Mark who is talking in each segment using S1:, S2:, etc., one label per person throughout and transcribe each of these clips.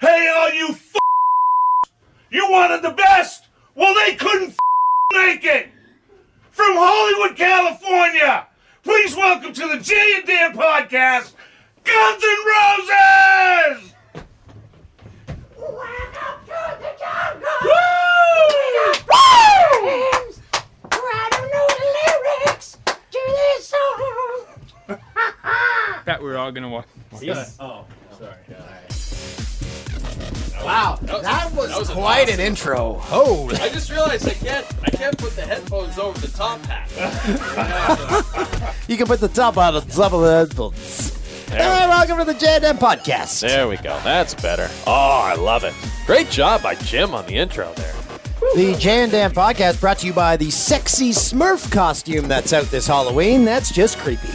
S1: Hey, all you f- you wanted the best. Well, they couldn't f- make it. From Hollywood, California, please welcome to the Jay and Dan podcast, Guns N' Roses.
S2: Welcome to the jungle.
S1: Woo!
S2: Rhymes. I don't know the lyrics to this song.
S3: that we're all gonna watch.
S4: Wow, that was, quite an intro. Oh,
S5: I just realized I can't I can't put the headphones over the top hat.
S4: you can put the top on the top of the headphones. Hey, welcome to the JNM podcast.
S5: There we go. That's better. Oh, I love it. Great job by Jim on the intro there.
S4: The J and Dan podcast brought to you by the sexy Smurf costume that's out this Halloween. That's just creepy.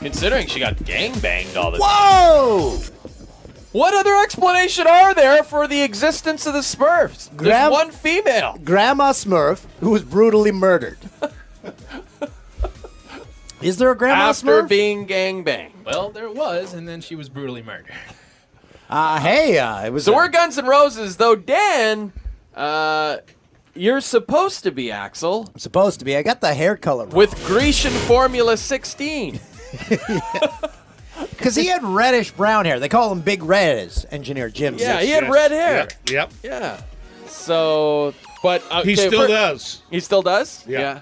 S5: Considering she got gang banged all the time.
S4: Whoa!
S5: What other explanation are there for the existence of the Smurfs? There's
S4: Grab-
S5: one female.
S4: Grandma Smurf, who was brutally murdered. Is there a Grandma
S5: After
S4: Smurf?
S5: being gang banged.
S3: Well, there was, and then she was brutally murdered.
S4: uh, hey, uh, it was.
S5: So
S4: a-
S5: we're Guns N' Roses, though Dan, uh, you're supposed to be Axel
S4: supposed to be. I got the hair color wrong.
S5: with Grecian Formula 16.
S4: Because he had reddish brown hair. They call him Big Red, as Engineer Jim
S5: Yeah,
S4: says.
S5: he had red hair.
S1: Yep. yep.
S5: Yeah. So, but uh,
S1: He
S5: okay,
S1: still
S5: fir-
S1: does.
S5: He still does.
S1: Yeah.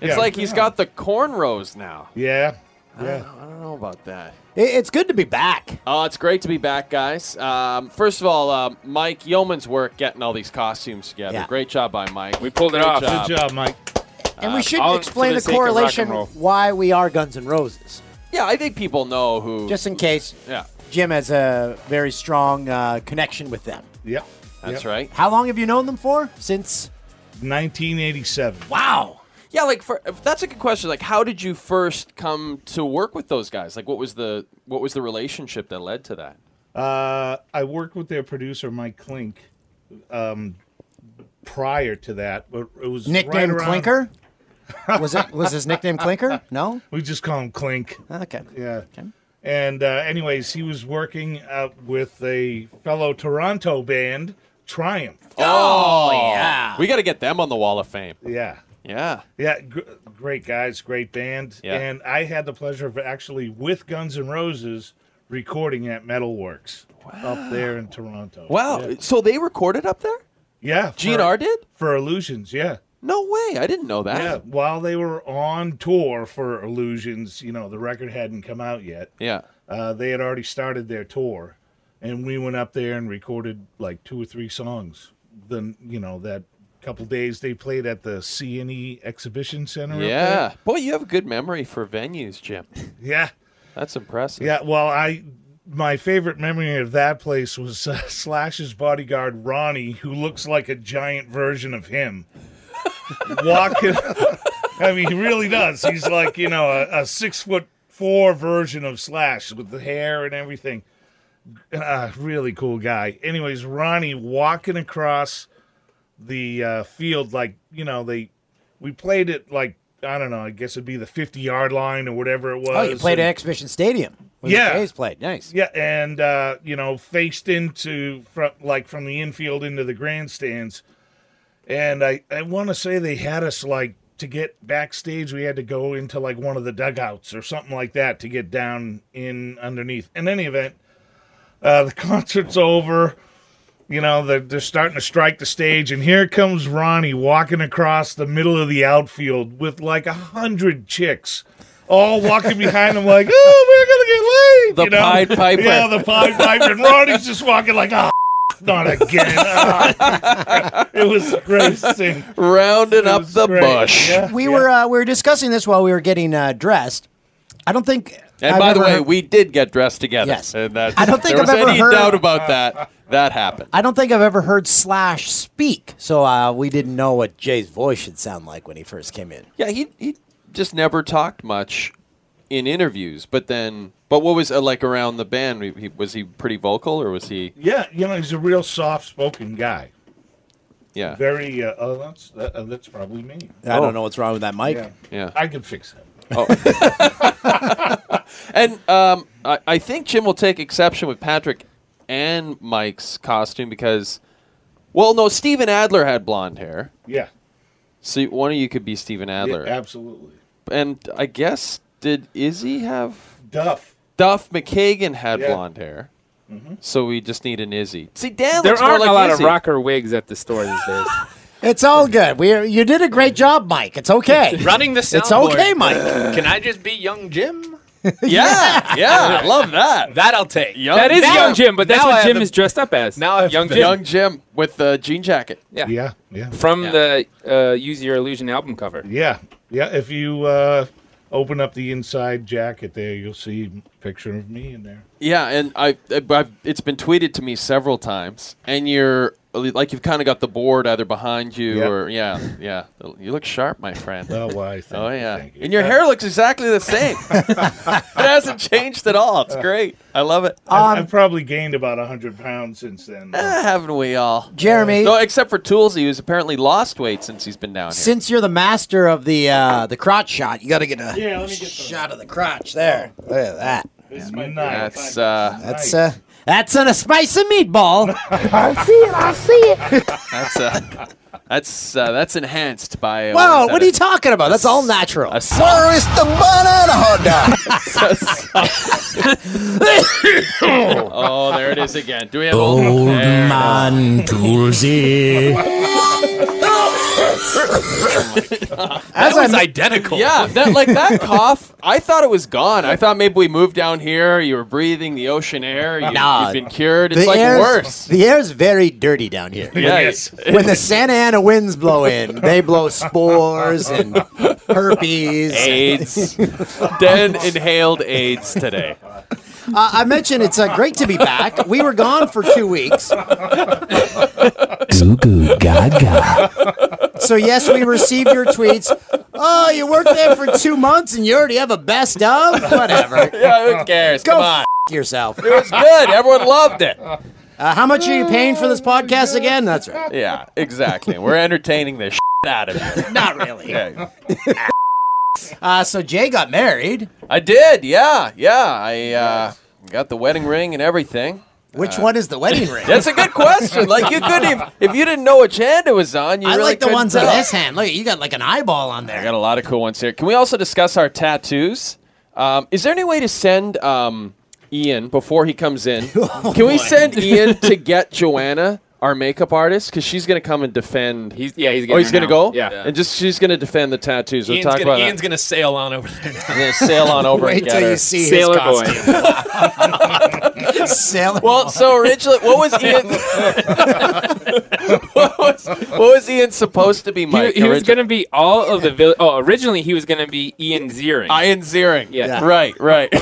S5: It's
S1: Yeah.
S5: like he's got the cornrows now.
S1: Yeah.
S5: I,
S1: Yeah.
S5: don't, I don't know about that.
S4: It- It's good to be back.
S5: Oh, it's great to be back, guys. Um, first of all, um, Mike Yeoman's work getting all these costumes together.
S4: Yeah.
S5: Great job by Mike.
S3: We pulled it
S5: Great
S3: off.
S5: job.
S1: Good job, Mike.
S4: And
S5: Uh,
S4: we should
S3: all
S4: explain
S3: for
S4: the
S3: the sake of rock and
S4: correlation
S3: roll.
S4: why we are Guns N' Roses,
S5: Yeah, I think people know who.
S4: just in case
S5: yeah,
S4: Jim has a very strong uh, connection with them.
S1: Yep.
S5: that's
S1: Yep.
S5: right.
S4: How long have you known them for? Since
S1: 1987.
S4: wow,
S5: Yeah, like for, if that's a good question. Like, how did you first come to work with those guys? Like, what was the what was the relationship that led to that?
S1: Uh, I worked with their producer Mike Klink. Um, prior to that, but it was right
S4: nickname
S1: around-
S4: Clinker. was it? Was his nickname Clinker? No.
S1: We just call him Clink.
S4: Okay.
S1: Yeah. And uh, anyways, he was working uh, with a fellow Toronto band, Triumph.
S5: Oh, yeah. We got to get them on the Wall of Fame.
S1: Yeah.
S5: Yeah.
S1: Yeah, gr- great guys, great band.
S5: Yeah.
S1: And I had the pleasure of actually with Guns N' Roses recording at Metalworks up there in Toronto.
S5: Wow.
S1: Yeah.
S5: Oh, So they recorded up there?
S1: yeah for-
S5: GNR did?
S1: For Illusions, yeah.
S5: No way. I didn't know
S1: Yeah,
S5: that.
S1: while they were on tour for Illusions, you know, the record hadn't come out yet.
S5: Yeah.
S1: Uh, they had already started their tour, and we went up there and recorded like two or three songs. Then, you know, that couple days they played at the CNE Exhibition Center. up
S5: Yeah.
S1: there.
S5: Boy, you have a good memory for venues, Jim.
S1: Yeah.
S5: That's impressive.
S1: Yeah, well, I my favorite memory of that place was uh, Slash's bodyguard Ronnie, who looks like a giant version of him, walking. I mean, he really does. He's like you know a, a six foot four version of Slash with the hair and everything. Uh, really cool guy. Anyways, Ronnie walking across the uh, field like you know they we played it like I don't know. I guess it'd be the fifty yard line or whatever it was.
S4: Oh, you played
S1: and-
S4: at Exhibition Stadium. where
S1: Yeah.
S4: the Jays played. Nice.
S1: yeah, and uh, you know, faced into from like from the infield into the grandstands, and I I want to say they had us like to get backstage. We had to go into like one of the dugouts or something like that to get down in underneath. In any event, uh, the concert's over. You know, they're, they're starting to strike the stage, and here comes Ronnie walking across the middle of the outfield with like a hundred chicks. All walking behind him, like, oh, we're gonna get
S5: The
S1: laid. you know?
S5: Pied Piper.
S1: Yeah, the Pied Piper. And Ronnie's just walking like, ah, not again. Ah. it was the greatest thing. It
S5: Rounding up
S1: was
S5: the
S1: great.
S5: bush.
S1: Yeah,
S4: We
S1: yeah.
S4: were uh, we were discussing this while we were getting uh, dressed. I don't think.
S5: And
S4: I've
S5: by the
S4: ever
S5: way,
S4: heard-
S5: we did get dressed together.
S4: Yes.
S5: And that's,
S4: I don't think
S5: there
S4: I've
S5: was
S4: ever
S5: any
S4: heard-
S5: doubt about that. That happened.
S4: I don't think I've ever heard Slash speak, so uh, we didn't know what Jay's voice should sound like when he first came in.
S5: Yeah, he he just never talked much in interviews. But then, but what was uh, like around the band? He- he- was he pretty vocal or was he?
S1: Yeah, you know, he's a real soft spoken guy.
S5: Yeah.
S1: Very, uh, oh, that's, that, uh, that's probably me.
S4: I don't know what's wrong with that mic.
S1: Yeah.
S5: Oh.
S1: Oh.
S5: Yeah.
S1: I can fix that.
S4: Oh.
S5: And um, I, I think Jim will take exception with Patrick and Mike's costume because, well, no, Steven Adler had blonde hair.
S1: Yeah.
S5: So one of you could be Steven Adler.
S1: Yeah, absolutely.
S5: and I guess did Izzy have
S1: Duff.
S5: Duff McKagan had
S1: Yeah. Mm-hmm.
S5: blonde hair? So we just need an Izzy. See, Dan
S3: There
S5: looks more
S3: aren't
S5: like
S3: a lot
S5: Izzy.
S3: of rocker wigs at the store these days.
S4: It's all good. We are, you did a great job, Mike. It's okay.
S3: Running the
S4: It's
S3: soundboard.
S4: okay, Mike.
S3: Can I just be Young Jim?
S5: Yeah, yeah, I love that.
S3: That I'll take.
S5: Young
S3: that is
S5: Jim.
S3: Young Jim, but that's
S5: Now I
S3: what
S5: have
S3: Jim
S5: the-
S3: is dressed up as.
S6: Now I have
S3: Young
S6: the-
S3: Jim
S5: Young Jim with the jean jacket.
S3: Yeah.
S1: Yeah, yeah.
S3: from
S5: Yeah.
S3: the uh, Use Your Illusion album cover.
S1: Yeah. Yeah, if you uh open up the inside jacket there, you'll see a picture of me in there.
S5: Yeah, and I, I've, it's been tweeted to me several times, and you're like you've kind of got the board either behind you
S1: Yeah.
S5: or yeah, yeah. You look sharp, my friend.
S1: Oh, why? Thank
S5: Oh
S1: you,
S5: yeah,
S1: thank you.
S5: and your hair looks exactly the same. it hasn't changed at all. It's great. I love it.
S4: Um,
S1: I've, I've probably gained about 100 pounds since then. though.
S5: Ah, haven't we all?
S4: Jeremy,
S5: No, except for Toolsy, who's apparently lost weight since he's been down here.
S4: since you're the master of the uh, the crotch shot, you got to get a
S1: Yeah, let me get some.
S4: shot of the crotch there. Look at that.
S1: This is my
S5: That's uh,
S4: That's uh, that's on a spice of meatball.
S7: I see it. I see it.
S5: that's uh, that's uh, that's enhanced by. uh,
S4: Whoa,
S5: is
S4: what
S5: that,
S4: are you talking about? That's all natural.
S5: A song.
S4: is the banana hot
S5: oh, there it is again. Do we
S4: Oh.
S5: have old
S4: man Toolsy. Oh As I
S3: identical.
S5: Yeah, that like that cough. I thought it was gone. I thought maybe we moved down here. You were breathing the ocean air. You,
S4: Nah.
S5: have been cured. It's
S4: the
S5: like
S4: air's,
S5: worse.
S4: The air's very dirty down here.
S5: Yeah,
S1: Yes.
S5: it-
S4: when the Santa Ana winds blow in, they blow spores and herpes.
S5: AIDS. Dan inhaled AIDS today.
S4: Uh, I mentioned it's uh, great to be back. We were gone for two weeks. Goo goo gaga. So yes, we received your tweets. Oh, you worked there for two months and you already have a best of. Whatever.
S5: Yeah, who cares?
S4: Go
S5: Come on.
S4: f- yourself.
S5: It was good. Everyone loved it.
S4: Uh, how much are you paying for this podcast again? That's right.
S5: Yeah, exactly. We're entertaining the shit out of you.
S4: Not really.
S5: Yeah.
S4: Uh, so Jay got married.
S5: I did. Yeah, yeah. I uh, got the wedding ring and everything. Uh,
S4: Which one is the wedding ring?
S5: That's a good question. Like you couldn't even, if you didn't know which hand it was on. You
S4: I
S5: really
S4: like the
S5: couldn't
S4: ones on
S5: tell.
S4: this hand. Look, you got like an eyeball on
S5: I
S4: there.
S5: got a lot of cool ones here. Can we also discuss our tattoos? Um, is there any way to send um, Ian before he comes in?
S4: Oh,
S5: can we send Ian to get Joanna, our makeup artist, because she's going to come and defend?
S3: He's yeah. He's
S5: oh, he's
S3: going to
S5: go.
S3: Yeah.
S5: and just she's going to defend the tattoos. We'll
S6: Ian's,
S5: talk
S6: gonna,
S5: about
S6: Ian's
S5: that.
S6: gonna sail on over there. Now.
S5: I'm gonna sail on over and
S4: Wait
S5: get
S4: till you
S5: her.
S4: see
S3: Sailor
S4: his
S3: boy.
S4: costume. Sailor
S5: Well, so originally, what was Ian? what, was, what was Ian supposed to be,
S3: He,
S5: Mike?
S3: he was
S5: origi-
S3: going to be all of the vill- Oh, originally he was going to be Ian Ziering.
S5: Ian Ziering.
S3: Yeah. Yeah.
S5: Right. Right.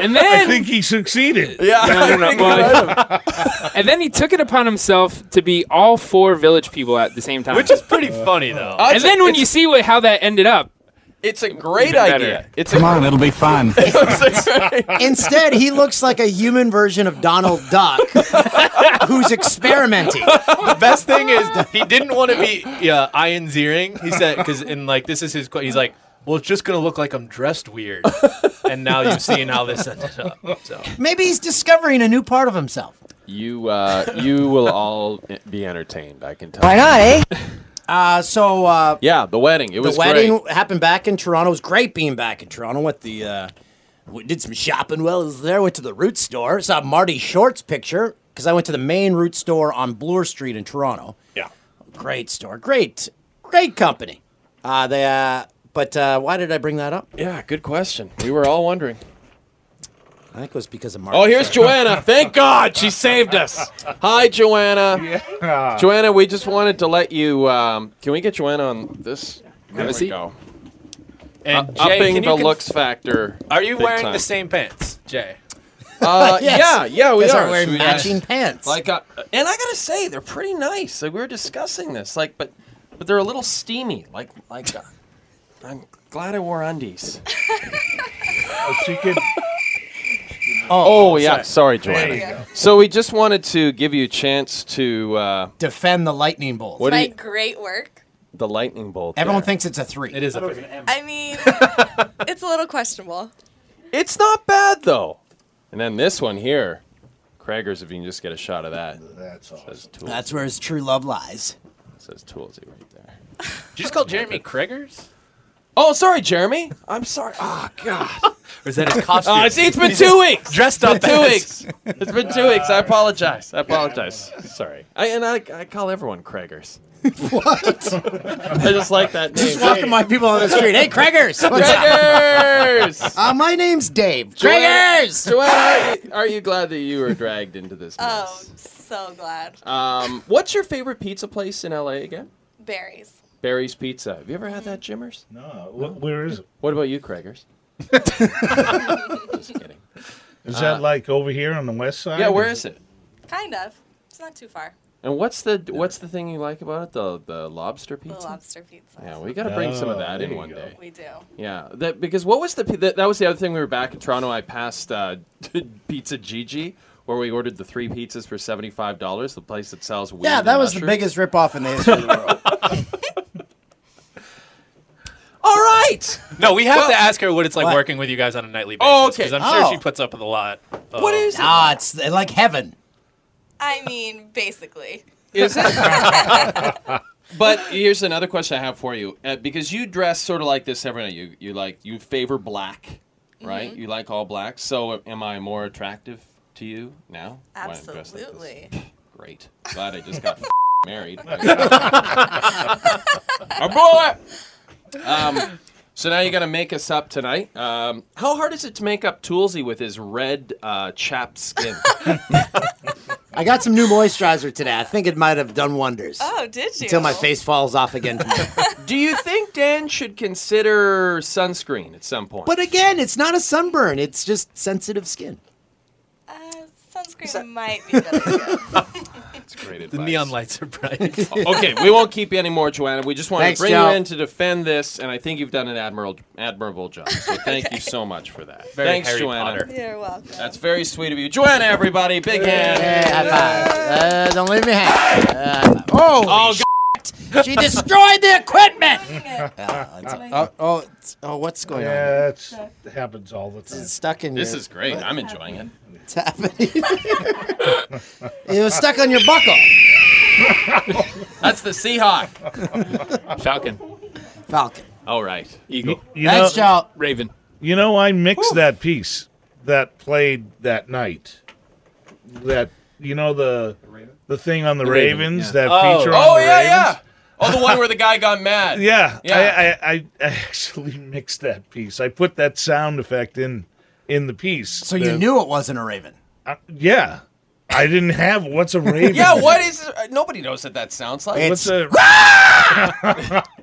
S3: and then
S1: I think he succeeded.
S5: Uh, yeah.
S3: No, no,
S5: I
S3: no,
S5: think
S3: well,
S5: about it.
S3: and then he took it upon himself to be all four village people at the same time.
S6: Which is pretty funny though.
S5: Uh,
S3: and
S5: it's a-
S3: then when
S5: it's-
S3: you see what, how that ended up,
S5: It's a great
S3: Even better.
S5: idea. It's a,
S8: on, it'll be fun.
S5: it's a great-
S4: Instead, he looks like a human version of Donald Duck who's experimenting.
S6: The best thing is he didn't want to be yeah, Ian Ziering. He said because in like this is his que- he's like, well, it's just gonna look like I'm dressed weird. and now you've seen how this ended up. So
S4: Maybe he's discovering a new part of himself.
S5: You uh, you will all be entertained. I can tell.
S4: Why not, eh? Uh, so uh,
S5: Yeah, the wedding.
S4: the
S5: It was
S4: wedding
S5: great.
S4: happened back in Toronto. It was great being back in Toronto with the. Uh, we did some shopping while I was there. Went to the Root store. Saw Marty Short's picture because I went to the main Root store on Bloor Street in Toronto.
S6: yeah.
S4: Great store. Great, great company. Uh, they. Uh, but uh, why did I bring that up?
S5: Yeah, good question. We were all wondering.
S4: I think it was because of Marty.
S5: Oh, here's
S4: Short.
S5: Joanna. Thank God she saved us. Hi, Joanna.
S1: Ah,
S5: Joanna, we just wanted to let you. Um, can we get Joanna on this? There we
S3: see.
S5: go.
S6: And Jay,
S5: Uh, Upping
S6: can you
S5: the
S6: conf-
S5: looks factor.
S6: Are you
S5: big
S6: wearing
S5: time.
S6: the same pants, Jay?
S5: Uh,
S4: Yes.
S5: Yeah, yeah, we
S4: Because
S5: are.
S4: I'm wearing
S5: So we got-
S4: matching pants.
S5: Like, uh, and I gotta say, they're pretty nice. Like we were discussing this, like, but but they're a little steamy. Like like, uh, I'm glad I wore undies.
S1: she could.
S5: Oh, yeah, sorry,
S1: There you
S5: Joanna.
S1: go.
S5: So we just wanted to give you a chance to uh,
S4: defend the lightning bolt.
S5: what do
S2: by
S5: you,
S2: great work.
S5: the lightning bolt?
S4: Everyone
S5: there.
S4: thinks it's a three.
S6: It is a pretty.
S2: I mean, it's a little questionable.
S5: it's not bad though. And then this one here, Craigers, if you can just get a shot of that.
S1: That's awesome.
S5: Says tools.
S9: That's where his true love lies.
S5: says toolsy right there.
S6: Did you just call Jeremy Craigers?
S5: Oh, sorry, Jeremy. I'm sorry. Oh, God.
S6: Or is that his costume?
S5: Oh, see, it's been two weeks.
S6: Dressed up
S5: Two
S6: as-
S5: weeks. It's been two weeks. I apologize. I apologize. Sorry. I, and I, I call everyone Craigers. what? I just like that name.
S9: Just walking my people on the street. Hey, Craigers! What's up?
S5: Craigers.
S4: Uh, my name's Dave.
S9: Craigers!
S5: Joanna, are you, are you glad that you were dragged into this
S2: Uh,
S10: Oh,
S5: mess?
S10: so glad.
S5: Um, what's your favorite pizza place in LA again?
S10: Berries.
S5: Barry's Pizza. Have you ever had that, Jimmers?
S1: No, Uh, wh- where is it?
S5: What about you, Craigers? just kidding.
S1: Is that like over here on the west side?
S5: Yeah, where is it?
S10: Kind of. It's not too far.
S5: And what's the what's the thing you like about it? The the lobster pizza.
S10: The lobster pizza.
S5: Yeah, we got to bring some of
S1: Oh,
S5: that
S1: there
S5: in
S1: you
S5: one
S1: go.
S5: day.
S10: We do.
S5: Yeah, that because what was the pi- that, that was the other thing we were back in Toronto. I passed uh, Pizza Gigi where we ordered the three pizzas for seventy five dollars. The place that sells weed.
S4: Yeah,
S5: and
S4: that was the
S5: mushrooms.
S4: biggest ripoff in the history of the world.
S5: All right,
S6: No, we have to ask her what it's like
S9: What?
S6: working with you guys on a nightly basis.
S5: Oh, okay.
S6: Because I'm sure
S9: Oh.
S6: she puts up with a lot. of-
S5: what is it?
S9: Ah, it's like heaven.
S10: I mean, basically.
S5: Is it? but here's another question I have for you, uh, because you dress sort of like this every night. You you like you favor black, right?
S10: Mm-hmm.
S5: You like all black. So am I more attractive to you now? when I dress like this?
S10: Absolutely.
S5: Great. Glad I just got married. Our boy. Um, so now you're gonna make us up tonight. Um, how hard is it to make up Toolsy with his red uh, chapped skin?
S4: I got some new moisturizer today. I think it might have done wonders.
S10: Oh, did you?
S4: Until my face falls off again. tomorrow.
S5: Do you think Dan should consider sunscreen at some point?
S4: but again, it's not a sunburn. It's just sensitive skin.
S10: Uh, sunscreen might be better.
S5: Great
S6: The
S5: advice. Oh,
S6: neon lights are bright.
S5: okay, we won't keep you anymore, Joanna. We just wanted
S4: Thanks,
S5: to bring
S4: Joe.
S5: you in to defend this, and I think you've done an admirable, admirable job. So thank you so much for that.
S6: Very
S5: Thanks,
S6: Harry
S5: Joanna.
S6: Potter.
S10: You're welcome.
S5: That's very sweet of you, Joanna. Everybody, big hand.
S4: Hey, high five. Uh, don't leave me hanging. Uh, oh,
S5: Oh,
S4: she destroyed the equipment.
S1: Ah.
S10: That's
S4: Oh, oh, it's- oh, what's going on?
S1: Yeah, that's, that happens all the time.
S4: It's stuck in
S5: This
S4: your.
S5: is great. I'm enjoying it.
S4: It's happening. it was stuck on your buckle.
S5: That's the Seahawk.
S6: Falcon.
S4: Falcon.
S5: All right.
S1: You, you know,
S4: Thanks, Joe.
S3: Raven.
S1: you know, I mixed that piece that played that night. That you know the the thing on the,
S5: Raven,
S1: Ravens
S5: yeah.
S1: that
S6: Oh.
S1: feature on
S5: Oh
S1: the
S5: yeah,
S1: Ravens.
S5: yeah. Oh, the one where the guy got mad.
S1: Yeah,
S5: Yeah.
S1: I, I, I, I actually mixed that piece. I put that sound effect in in the piece.
S4: So you knew it wasn't a raven.
S1: Yeah, I didn't have what's a raven.
S5: Yeah. What is? uh, Nobody knows what that sounds like.
S4: It's-
S1: What's a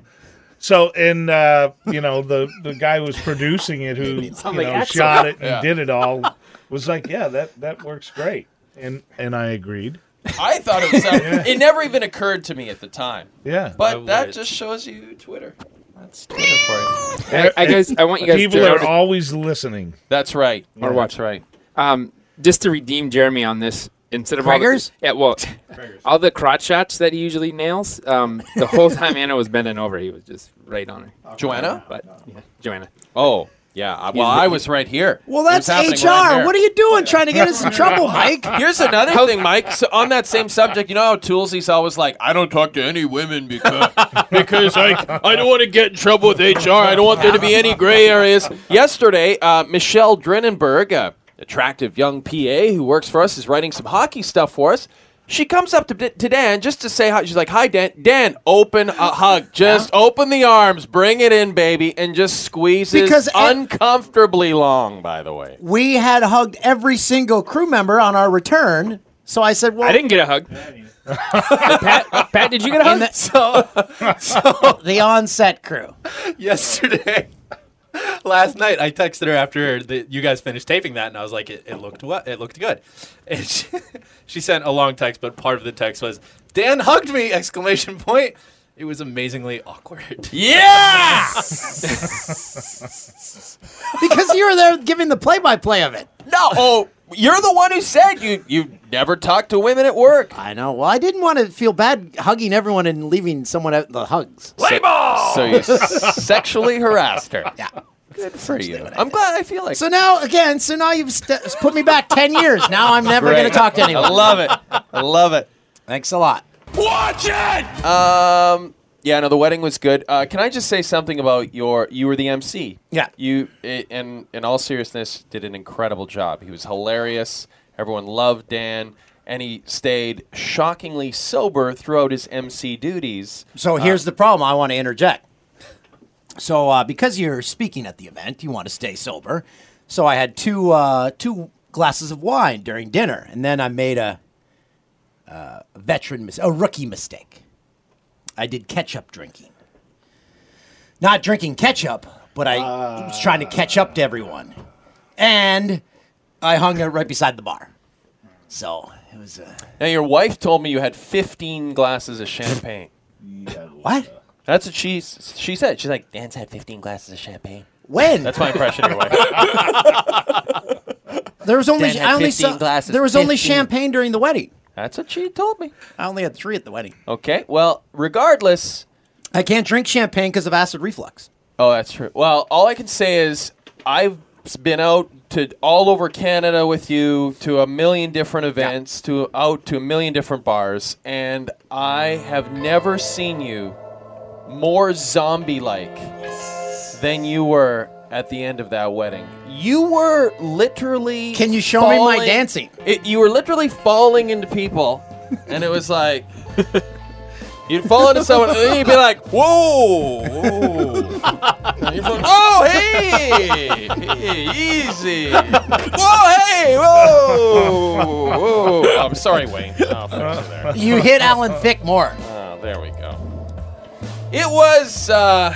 S1: So and uh, you know the the guy was producing it who you know, shot it and
S5: Yeah.
S1: did it all was like yeah that that works great and and I agreed
S5: I thought it was. It never even occurred to me at the time.
S1: yeah
S5: But
S6: I
S5: that
S6: would.
S5: just shows you Twitter. That's Twitter for you.
S3: I, I guys, I want you guys
S1: people
S3: to
S1: are always listening
S5: That's right.
S1: Yeah.
S5: That's right.
S3: um, just to redeem Jeremy on this instead of
S4: Craigers?
S3: all the, yeah, well, all the crotch shots that he usually nails. Um, the whole time Anna was bending over, he was just right on her.
S5: Joanna.
S3: But yeah, Joanna, Uh,
S5: Oh. Yeah, I- well, I was right here.
S4: Well, that's HR. what are you doing trying to get us in trouble, Mike?
S5: Here's another thing, Mike. So on that same subject, you know how Toolsy's always like, I don't talk to any women because because I I don't want to get in trouble with HR. I don't want there to be any gray areas. Yesterday, uh, Michelle Drinenberg, a attractive young PA who works for us, is writing some hockey stuff for us. She comes up to, to Dan just to say hi. She's like, "Hi, Dan. Dan, open a hug. Just open the arms. Bring it in, baby, and just squeezes
S4: Because e-
S5: uncomfortably long." By the way,
S4: We had hugged every single crew member on our return. So I said, well,
S3: I didn't get a hug. Pat, Pat, did you get a hug?
S4: And that-
S5: so
S4: the onset crew.
S6: yesterday. Last night, I texted her after the, you guys finished taping that, and I was like, "It, it looked what? It looked good." And she, she sent a long text, but part of the text was, "Dan hugged me!" Exclamation point. It was amazingly awkward.
S5: yeah.
S4: Because you were there giving the play by play of it.
S5: No, oh, you're the one who said you you never talk to women at work.
S4: I know. Well, I didn't want to feel bad hugging everyone and leaving someone out the hugs.
S5: So you s- sexually harassed her. Yeah. Good for you. I'm glad I feel like
S4: So now, again, so now you've st- put me back 10 years. Now I'm never going to
S5: Great.
S4: talk to anyone.
S5: I love it. I love it.
S4: Thanks a lot.
S5: Um, yeah, no, the wedding was good. Uh, can I just say something about your? You were the MC.
S4: Yeah.
S5: You, i- in in all seriousness, did an incredible job. He was hilarious. Everyone loved Dan, and he stayed shockingly sober throughout his MC duties. Uh,
S4: So here's the problem I want to interject. So uh, because you're speaking at the event, you want to stay sober. So I had two uh, two glasses of wine during dinner, and then I made a, uh, veteran mis- a rookie mistake. I did ketchup drinking. Not drinking ketchup, but I was trying to catch up to everyone, and I hung out right beside the bar. So it was uh,
S5: Now, your wife told me you had 15 glasses of champagne.
S4: what?
S5: That's what she s- she said. She's like, Dan's had 15 glasses of champagne.
S4: When?
S5: That's my impression of your wife.
S4: There was only
S5: Dan had
S4: I only
S5: 15
S4: saw,
S5: glasses,
S4: there was only
S5: 15.
S4: champagne during the wedding.
S5: That's what she told me.
S4: I only had three at the wedding.
S5: Okay. Well, regardless,
S4: I can't drink champagne because of acid reflux.
S5: Oh, that's true. Well, all I can say is I've s- been out to all over Canada with you to a million different events, to out to a million different bars, and I have never seen you more zombie-like than you were at the end of that wedding. You were literally
S4: Can you show me my
S5: falling-
S4: dancing?
S5: It, you were literally falling into people, and it was like You'd fall into someone, and then you'd be like, "Whoa!" whoa." And you'd be like, oh, hey, hey, easy. Whoa, hey, whoa, whoa. Oh, I'm sorry, Wayne. Oh,
S4: Uh-huh.
S5: thanks for there.
S4: You hit Alan Thick more.
S5: Oh, there we go. It was, uh,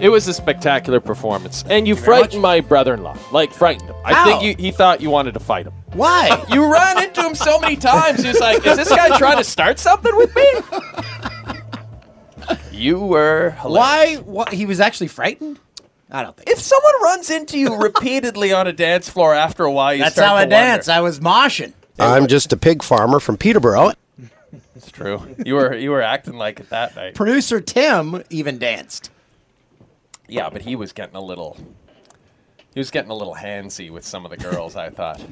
S5: it was a spectacular performance, and you frightened my brother-in-law. Like frightened him. I
S4: How?
S5: think you, he thought you wanted to fight him.
S4: Why?
S5: You ran into him so many times. He was like, "Is this guy trying to start something with me?" You were
S4: Why? Why? He was actually frightened. I don't think.
S5: If someone runs into you repeatedly on a dance floor, after a while, you
S4: That's
S5: start
S4: how
S5: to
S4: I
S5: wonder.
S4: dance. I was moshing.
S11: I'm just a pig farmer from Peterborough.
S5: It's true. You were you were acting like it that night.
S4: Producer Tim even danced.
S5: Yeah, but he was getting a little. He was getting a little handsy with some of the girls. I thought.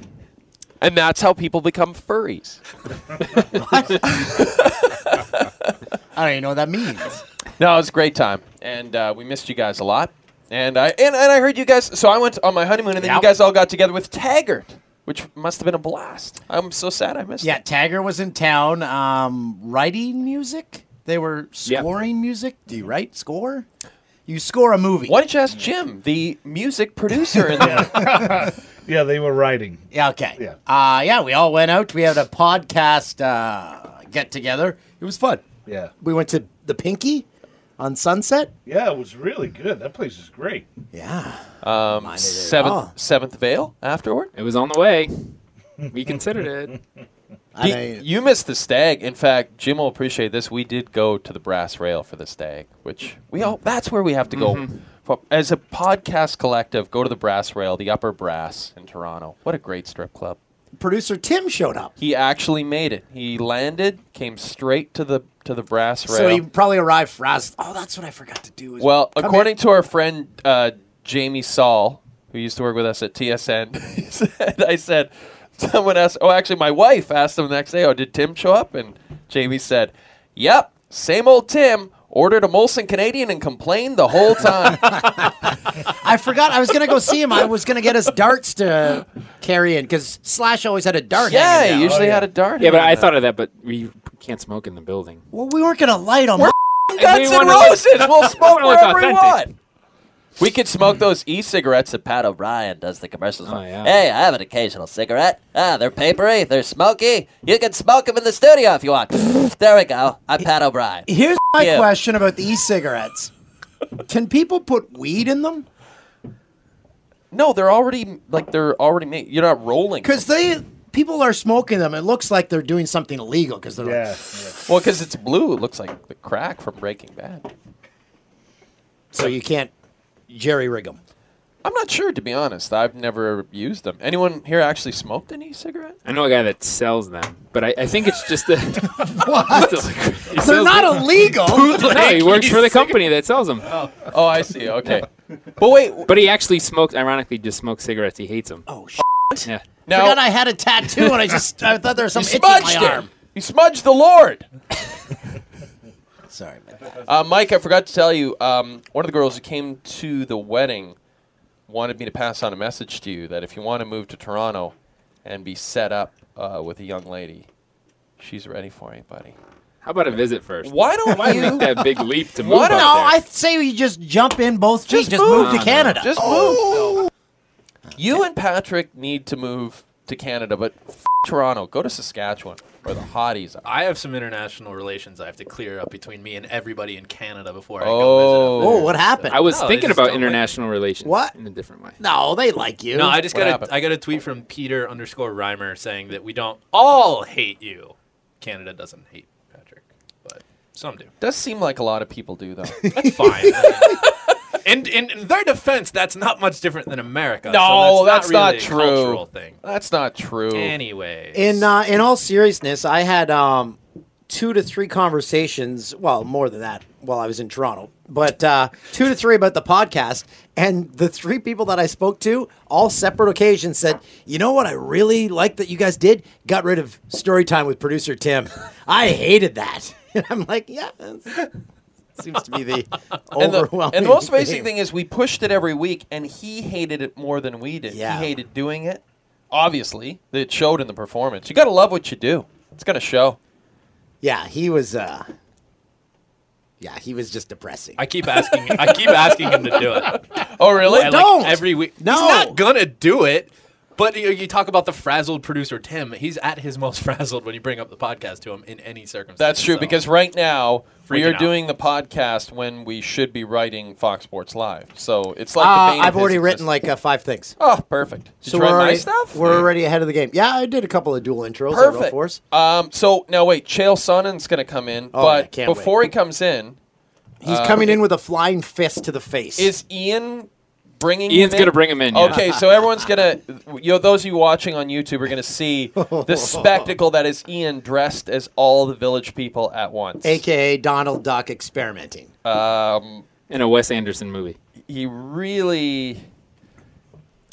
S5: And that's how people become furries.
S4: I don't even know what that means.
S5: No, it was a great time, and uh, we missed you guys a lot. And I and, and I heard you guys. So I went on my honeymoon, and then
S4: Yeah.
S5: you guys all got together with Taggart, which must have been a blast. I'm so sad I missed.
S4: yeah,
S5: it.
S4: Tagger was in town um, writing music. They were
S3: Yep.
S4: scoring music. Do you write score? You score a movie.
S5: Why don't you ask Jim, the music producer in there?
S1: Yeah, they were writing.
S4: Yeah, okay.
S1: Yeah.
S4: Uh, yeah, we all went out. We had a podcast uh, get together. It was fun.
S1: Yeah.
S4: We went to the Pinky on Sunset.
S1: Yeah, it was really good. That place is great.
S4: Yeah.
S5: Um,
S4: all.
S5: seventh Seventh Veil afterward.
S3: It was on the way. We considered it.
S4: I
S5: He-
S4: mean,
S5: you missed the stag. In fact, Jim will appreciate this. We did go to the brass rail for the stag, which we all that's where we have to go. For- As a podcast collective, go to the brass rail, the upper brass in Toronto. What a great strip club.
S4: producer Tim showed up.
S5: He actually made it. He landed, came straight to the to the brass rail.
S4: So he probably arrived frazzled. Oh, that's what I forgot to do. is-
S5: Well,
S4: Come
S5: according to our friend uh, Jamie Saul, who used to work with us at TSN, he said, I said, someone asked, oh, actually, my wife asked him the next day, oh, did Tim show up? And Jamie said, yep, same old Tim. Ordered a Molson Canadian and complained the whole time.
S4: I forgot. I was going to go see him. I was going to get us darts to carry in because Slash always had a dart. hanging
S5: yeah,
S4: down.
S5: he usually had a dart.
S3: Oh, Yeah, but
S5: hanging
S3: I
S5: down.
S3: thought of that, but we can't smoke in the building.
S4: Well, we weren't going to light him.
S5: Guns
S3: We
S5: and
S3: wanna
S5: Roses. We'll smoke
S3: wanna look
S5: wherever we
S3: authentic.
S5: want. We could smoke those e-cigarettes that Pat O'Brien does the commercials for.
S3: Oh, yeah.
S5: Hey, I have an occasional cigarette. Ah, they're papery, they're smoky. You can smoke them in the studio if you want. there we go. I'm Pat O'Brien.
S4: Here's my
S5: Yeah.
S4: question about the e-cigarettes. Can people put weed in them?
S5: No, they're already like they're already made. You're not rolling.
S4: Because they people are smoking them. It looks like they're doing something illegal because they're
S1: Yeah.
S4: like,
S1: yeah.
S5: well, because it's blue. It looks like the crack from Breaking Bad.
S4: so you can't jerry rig them.
S5: I'm not sure to be honest. I've never used them. Anyone here actually smoked an e-cigarette?
S3: I know a guy that sells them, but I, I think it's just a.
S4: What?
S3: just a- he
S4: they're
S3: sells
S4: not
S3: them.
S4: illegal.
S3: No, he works for the company that sells them.
S5: Oh, I see. Okay. But wait, w-
S3: But he actually smokes. Ironically, just smokes cigarettes. He hates them.
S4: Oh,
S3: shit. Yeah.
S5: now
S4: Forgot I had a tattoo, and I just I thought there was
S5: you
S4: some itch in
S5: smudged
S4: my
S5: it.
S4: arm.
S5: You smudged the Lord.
S4: Sorry, about that.
S5: Uh, Mike, I forgot to tell you, um, one of the girls who came to the wedding wanted me to pass on a message to you that if you want to move to Toronto and be set up uh, with a young lady, she's ready for you, buddy.
S3: How about a visit first?
S5: Why don't
S3: Why
S5: you
S3: make that big leap to move?
S5: Why
S3: up
S5: don't-
S4: No,
S3: there?
S4: I say we just jump in both feet.
S5: Just
S4: Just, move,
S5: move.
S4: to
S3: No, no.
S4: Canada. Oh.
S5: just move? You and Patrick need to move to Canada, but f- Toronto. Go to Saskatchewan, where the hotties are.
S6: I have some international relations I have to clear up between me and everybody in Canada before I
S5: Oh.
S6: go visit. up
S4: Oh,
S6: there.
S4: what happened?
S3: I was
S6: No, they
S3: thinking
S6: just
S3: about
S6: don't like-
S3: international relations.
S4: What?
S3: In a different way.
S4: no, they like you.
S6: No, I just
S5: What
S6: got
S5: happened?
S6: a, I got a tweet from Peter underscore Reimer saying that we don't all hate you. Canada doesn't hate Patrick, but some do.
S5: Does seem like a lot of people do, though.
S6: That's fine. and in, in their defense, that's not much different than America.
S5: No,
S6: so that's, not,
S5: that's
S6: really
S5: not
S6: a
S5: true.
S6: Cultural thing.
S5: That's not true.
S6: Anyways,
S4: in uh, in all seriousness, I had um, two to three conversations. Well, more than that while I was in Toronto, but uh, two to three about the podcast. And the three people that I spoke to, all separate occasions, said, "You know what? I really like that you guys did got rid of story time with producer Tim. I hated that." And I'm like, "Yeah." that's- Seems to be the
S5: and the,
S4: overwhelming.
S5: and the most amazing thing is we pushed it every week, and he hated it more than we did.
S4: Yeah.
S5: He hated doing it. Obviously, it showed in the performance. You got to love what you do. It's gonna show.
S4: Yeah, he was. uh Yeah, he was just depressing.
S6: I keep asking, I keep asking him to do it.
S5: Oh, really?
S6: I, like,
S4: don't.
S6: every week.
S4: No.
S6: he's not gonna do it. But you, you talk about the frazzled producer Tim. He's at his most frazzled when you bring up the podcast to him in any circumstance.
S5: That's true
S6: so-
S5: because right now we
S6: Freaking
S5: are
S6: out.
S5: doing the podcast when we should be writing Fox Sports Live. So it's like the
S4: Uh,
S5: bane of
S4: I've
S5: his
S4: already written
S5: existence.
S4: like uh, five things.
S5: Oh, perfect. Did you write my
S4: already,
S5: stuff?
S4: We're already ahead of the game. Yeah, I did a couple of dual intros. I wrote
S5: Perfect.
S4: for us.
S5: Um, so now wait, Chael Sonnen's going to come in,
S4: Oh, I
S5: but
S4: can't
S5: before he comes in,
S4: He's coming in with a flying fist to the face.
S5: Uh, is Ian bringing?
S3: Ian's
S5: him in?
S3: gonna bring him in. yeah.
S5: Okay, so everyone's gonna, you know, those of you watching on YouTube are gonna see the spectacle that is Ian dressed as all the village people at once.
S4: AKA Donald Duck experimenting.
S5: Um,
S3: In a Wes Anderson movie.
S5: he really,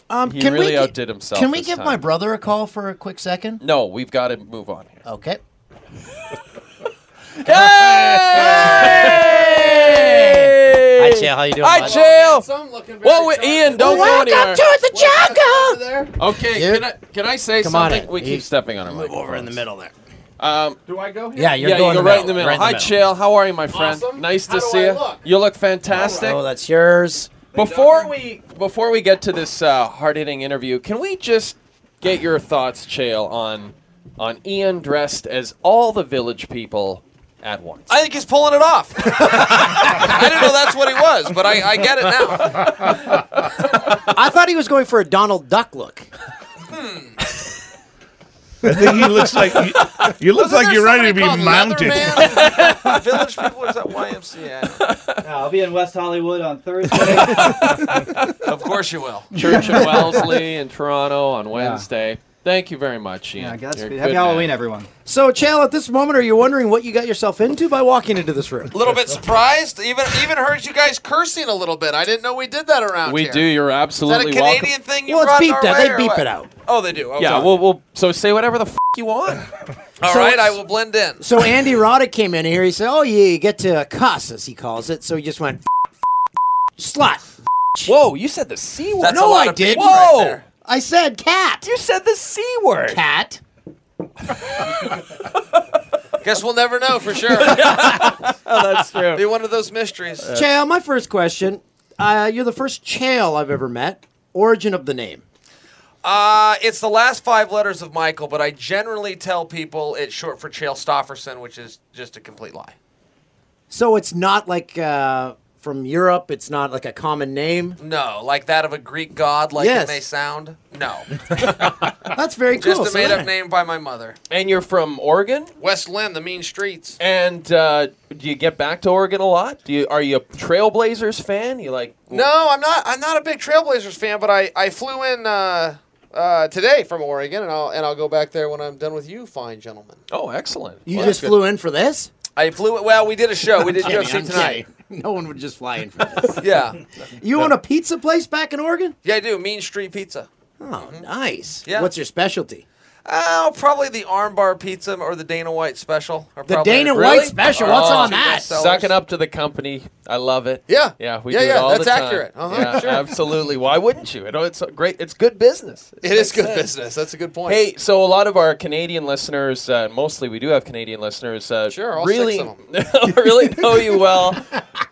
S4: Um,
S5: he really outdid himself.
S4: Can we
S5: this
S4: give
S5: time.
S4: my brother a call for a quick second?
S5: No, we've got to move on here.
S4: Okay.
S5: Hey!
S4: Hi, Chael. How you doing?
S5: Hi,
S4: bud?
S5: Chael. Well, we- Ian, don't go
S4: Welcome
S5: anywhere.
S4: to the jungle.
S5: okay,
S4: Dude.
S5: can I can I say
S4: Come on
S5: something?
S4: in.
S5: we
S4: He-
S5: keep stepping on him.
S4: Move over in the middle there.
S5: Um,
S12: Oh,
S4: Yeah, you're
S5: yeah,
S4: going to
S5: you go right in the middle.
S4: Right
S5: Hi,
S4: in the
S5: Chael. How are you, my friend? Nice to see you. You look fantastic.
S4: middle. Oh, that's yours.
S5: Before we before we get to this uh, hard hitting interview, can we just get your thoughts, Chael, on on Ian dressed as all the village people at once?
S13: I think he's pulling it off. I didn't know that's what he was, but I, I get it now.
S4: I thought he was going for a Donald Duck look.
S1: I think he looks like you, you look
S13: Wasn't
S1: like
S13: there
S1: you're ready
S13: somebody
S1: to be
S13: called
S1: mounted.
S13: Leatherman? Village people is that YMCA?
S12: I'll be in West Hollywood on Thursday.
S13: Of course you will.
S5: Church of Wellesley in Toronto on Wednesday. Thank you very much, Ian.
S12: I guess.
S5: You're a
S12: Happy
S5: good
S12: Halloween,
S5: man.
S12: everyone.
S4: So, Chael, at this moment, are you wondering what you got yourself into by walking into this room?
S13: A little bit surprised. Even even heard you guys cursing a little bit. I didn't know we did that around
S5: We
S13: here.
S5: do. You're
S13: Is that a
S5: absolutely
S13: Canadian
S5: welcome.
S13: thing you
S4: Well, it's
S13: brought
S4: beeped
S13: our
S4: out.
S13: way
S4: They
S13: or
S4: beep
S13: what?
S4: it out.
S13: Oh, they do. Okay.
S5: Yeah, we'll, we'll so say whatever the f- you want.
S13: All
S4: So
S13: right, I
S4: it's-
S13: will blend in.
S4: So Andy Roddick came in here. He said, "Oh yeah, you get to cuss as he calls it." So he just went slut.
S5: Whoa, you said the c word.
S13: That's a
S4: no,
S13: lot
S4: I
S13: of
S4: didn't.
S13: people right
S5: Whoa.
S13: there.
S4: I said cat.
S5: You said the c word.
S4: Cat.
S13: Guess we'll never know for sure.
S5: That's true.
S13: Be one of those mysteries.
S4: Uh, Chael, my first question. Uh, you're the first Chael I've ever met. Origin of the name.
S13: Uh, it's the last five letters of Michael, but I generally tell people it's short for Chael Stofferson, which is just a complete lie.
S4: So it's not like uh, from Europe. It's not like a common name.
S13: No, like that of a Greek god, like
S4: Yes.
S13: it may sound. No,
S4: That's very cool.
S13: just a
S4: So
S13: made up
S4: there.
S13: name by my mother.
S5: And you're from Oregon?
S13: West Lynn, the mean streets.
S5: And uh, do you get back to Oregon a lot? Do you are you a Trailblazers fan? You like
S13: No, I'm not. I'm not a big Trailblazers fan, but I, I flew in uh, uh, today from Oregon, and I'll and I'll go back there when I'm done with you, fine gentlemen.
S5: Oh, excellent.
S4: You
S5: Well,
S4: just
S5: that's good.
S4: flew in for this?
S13: I flew. Well, we did a show. We did
S4: Kidding,
S13: UFC
S4: I'm
S13: tonight.
S4: kidding. no one would just fly in for this.
S13: Yeah.
S4: You own a pizza place back in Oregon?
S13: Yeah, I do. Mean Street Pizza.
S4: Oh, nice.
S13: Yeah.
S4: What's your specialty?
S13: Oh, probably the armbar pizza or the Dana White special. Are
S4: The
S13: probably-
S4: Dana
S13: Really?
S4: White special. What's
S13: Oh,
S4: on
S13: two
S4: that?
S13: bestsellers.
S5: Sucking up to the company. I love it.
S13: Yeah.
S5: Yeah, we
S13: Yeah,
S5: do it
S13: yeah,
S5: all
S13: that's
S5: the time.
S13: accurate. Uh-huh,
S5: yeah,
S13: sure.
S5: Absolutely. Why wouldn't you? It, it's a great. It's good business.
S13: It is
S5: makes
S13: good
S5: sense.
S13: business. That's a good point.
S5: Hey, so a lot of our Canadian listeners, uh, mostly we do have Canadian listeners, uh,
S13: Sure, all
S5: really,
S13: six
S5: really know you well.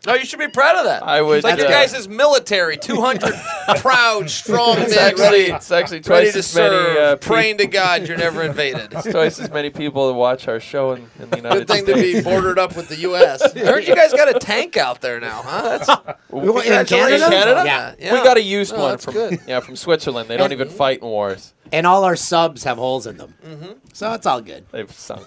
S13: No, you should be proud of that.
S5: I would,
S13: It's like you
S5: uh,
S13: guys is military, 200 proud, strong
S5: It's
S13: men
S5: actually-
S13: ready,
S5: it's actually
S13: ready
S5: twice
S13: to
S5: as many,
S13: serve,
S5: uh, peop-
S13: praying to God you're never invaded.
S5: It's twice as many people that watch our show in, in the United
S13: Good thing
S5: States.
S13: to be bordered up with the U.S. I heard you guys got a tank out there now, huh? That's, congratulations on that. Yeah.
S5: we got a used
S13: No,
S5: one
S13: that's
S5: from
S13: good.
S5: yeah from Switzerland. They don't even fight in wars.
S4: And all our subs have holes in them.
S14: Mm-hmm.
S4: So it's all good.
S5: They've sunk.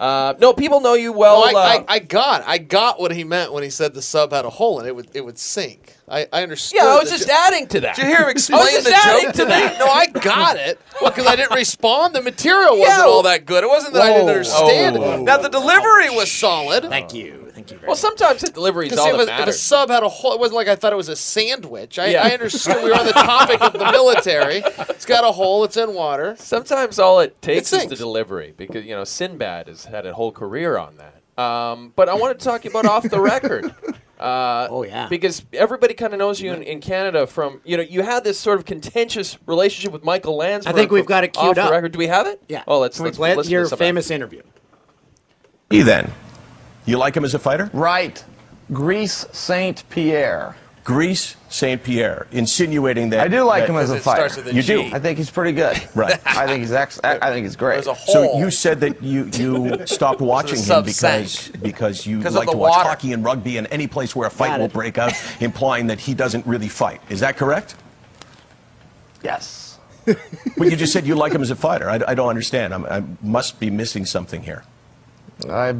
S5: uh, no, people know you well.
S14: No, Oh, I,
S5: uh,
S14: I, I got I got what he meant when he said the sub had a hole and it would it would sink. I, I understood.
S5: Yeah, I was
S14: the
S5: just
S14: jo-
S5: adding to that.
S14: Did you hear
S5: I
S14: him
S5: was
S14: explain
S5: just
S14: the
S5: adding
S14: joke
S5: to that.
S14: No, I got it. Well, because I didn't respond. The material
S13: Yeah,
S14: wasn't all
S13: well-
S14: that good. It wasn't that I didn't
S13: Whoa.
S14: understand
S13: Oh.
S14: it. Now the delivery was solid.
S4: Oh, Thank you. Thank you.
S5: Well, sometimes the delivery is all
S14: it
S5: that
S14: was, if a
S5: matters.
S14: sub had a hole, it wasn't like I thought it was a sandwich. I,
S5: Yeah.
S14: I understood we were on the topic of the military. It's got a hole. It's in water.
S5: Sometimes all it takes
S14: It
S5: is the delivery because you know Sinbad has had a whole career on that. Um, but I want to talk about off the record. Uh, oh
S4: yeah,
S5: because everybody kind of knows you
S14: Mm-hmm.
S5: in, in Canada from you know you had this sort of contentious relationship with Michael Landsberg.
S4: I think we've
S5: from
S4: got it
S5: off
S4: queued
S5: the
S4: up.
S5: record. Do we have it?
S4: Yeah.
S5: Oh, let's,
S4: Can we
S5: let's
S4: play it?
S5: listen to
S4: your
S5: some of it.
S4: famous interview.
S15: He then. You like him as a fighter? Right. Greece Saint Pierre. Greece Saint Pierre, insinuating that
S16: I do like
S15: that-
S16: him as a fighter.
S15: you do.
S16: I think he's pretty good.
S15: Right.
S16: I think he's ex- I, I think he's great.
S15: So you said that you you stopped watching him
S16: sub
S15: because because you
S16: 'Cause of
S15: like
S16: the
S15: to watch
S16: water.
S15: hockey and rugby and any place where a fight
S16: Got
S15: will
S16: it.
S15: break out, implying that he doesn't really fight. Is that correct?
S16: yes.
S15: But you just said you like him as a fighter. I, I don't understand. I'm, I must be missing something here.
S16: I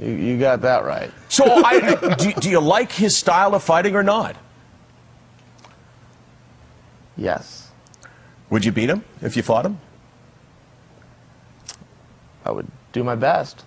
S16: you, you got that right.
S15: So I, do, do you like his style of fighting or not?
S16: Yes.
S15: Would you beat him if you fought him?
S16: I would do my best.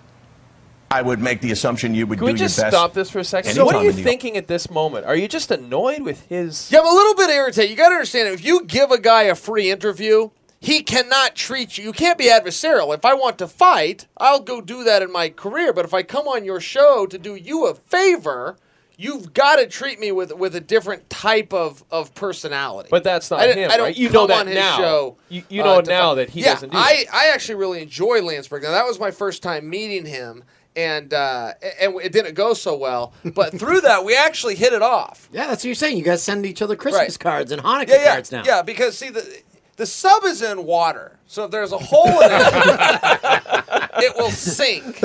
S15: I would make the assumption you would
S5: Can
S15: do
S5: we just
S15: your best.
S5: stop this for a second?
S15: anytime
S5: what are you
S15: in the-
S5: thinking at this moment? Are you just annoyed with his?
S14: Yeah, I'm a little bit irritated. You got to understand if you give a guy a free interview, he cannot treat you. You can't be adversarial. If I want to fight, I'll go do that in my career. But if I come on your show to do you a favor, you've got to treat me with with a different type of, of personality.
S5: But that's not
S14: I didn't-
S5: him.
S14: I don't
S5: right? You
S14: come
S5: know that
S14: on his
S5: now.
S14: show,
S5: you you
S14: uh,
S5: know
S14: to
S5: now
S14: fi-
S5: that he
S14: yeah,
S5: doesn't do.
S14: I,
S5: that.
S14: I actually really enjoy Landsberg. Now that was my first time meeting him, and uh, a- and it didn't go so well. But through that, we actually hit it off.
S4: Yeah, that's what you're saying. You guys send each other Christmas cards and Hanukkah
S14: yeah, yeah,
S4: cards now.
S14: Yeah, because see the the sub is in water, so if there's a hole in it, it will sink.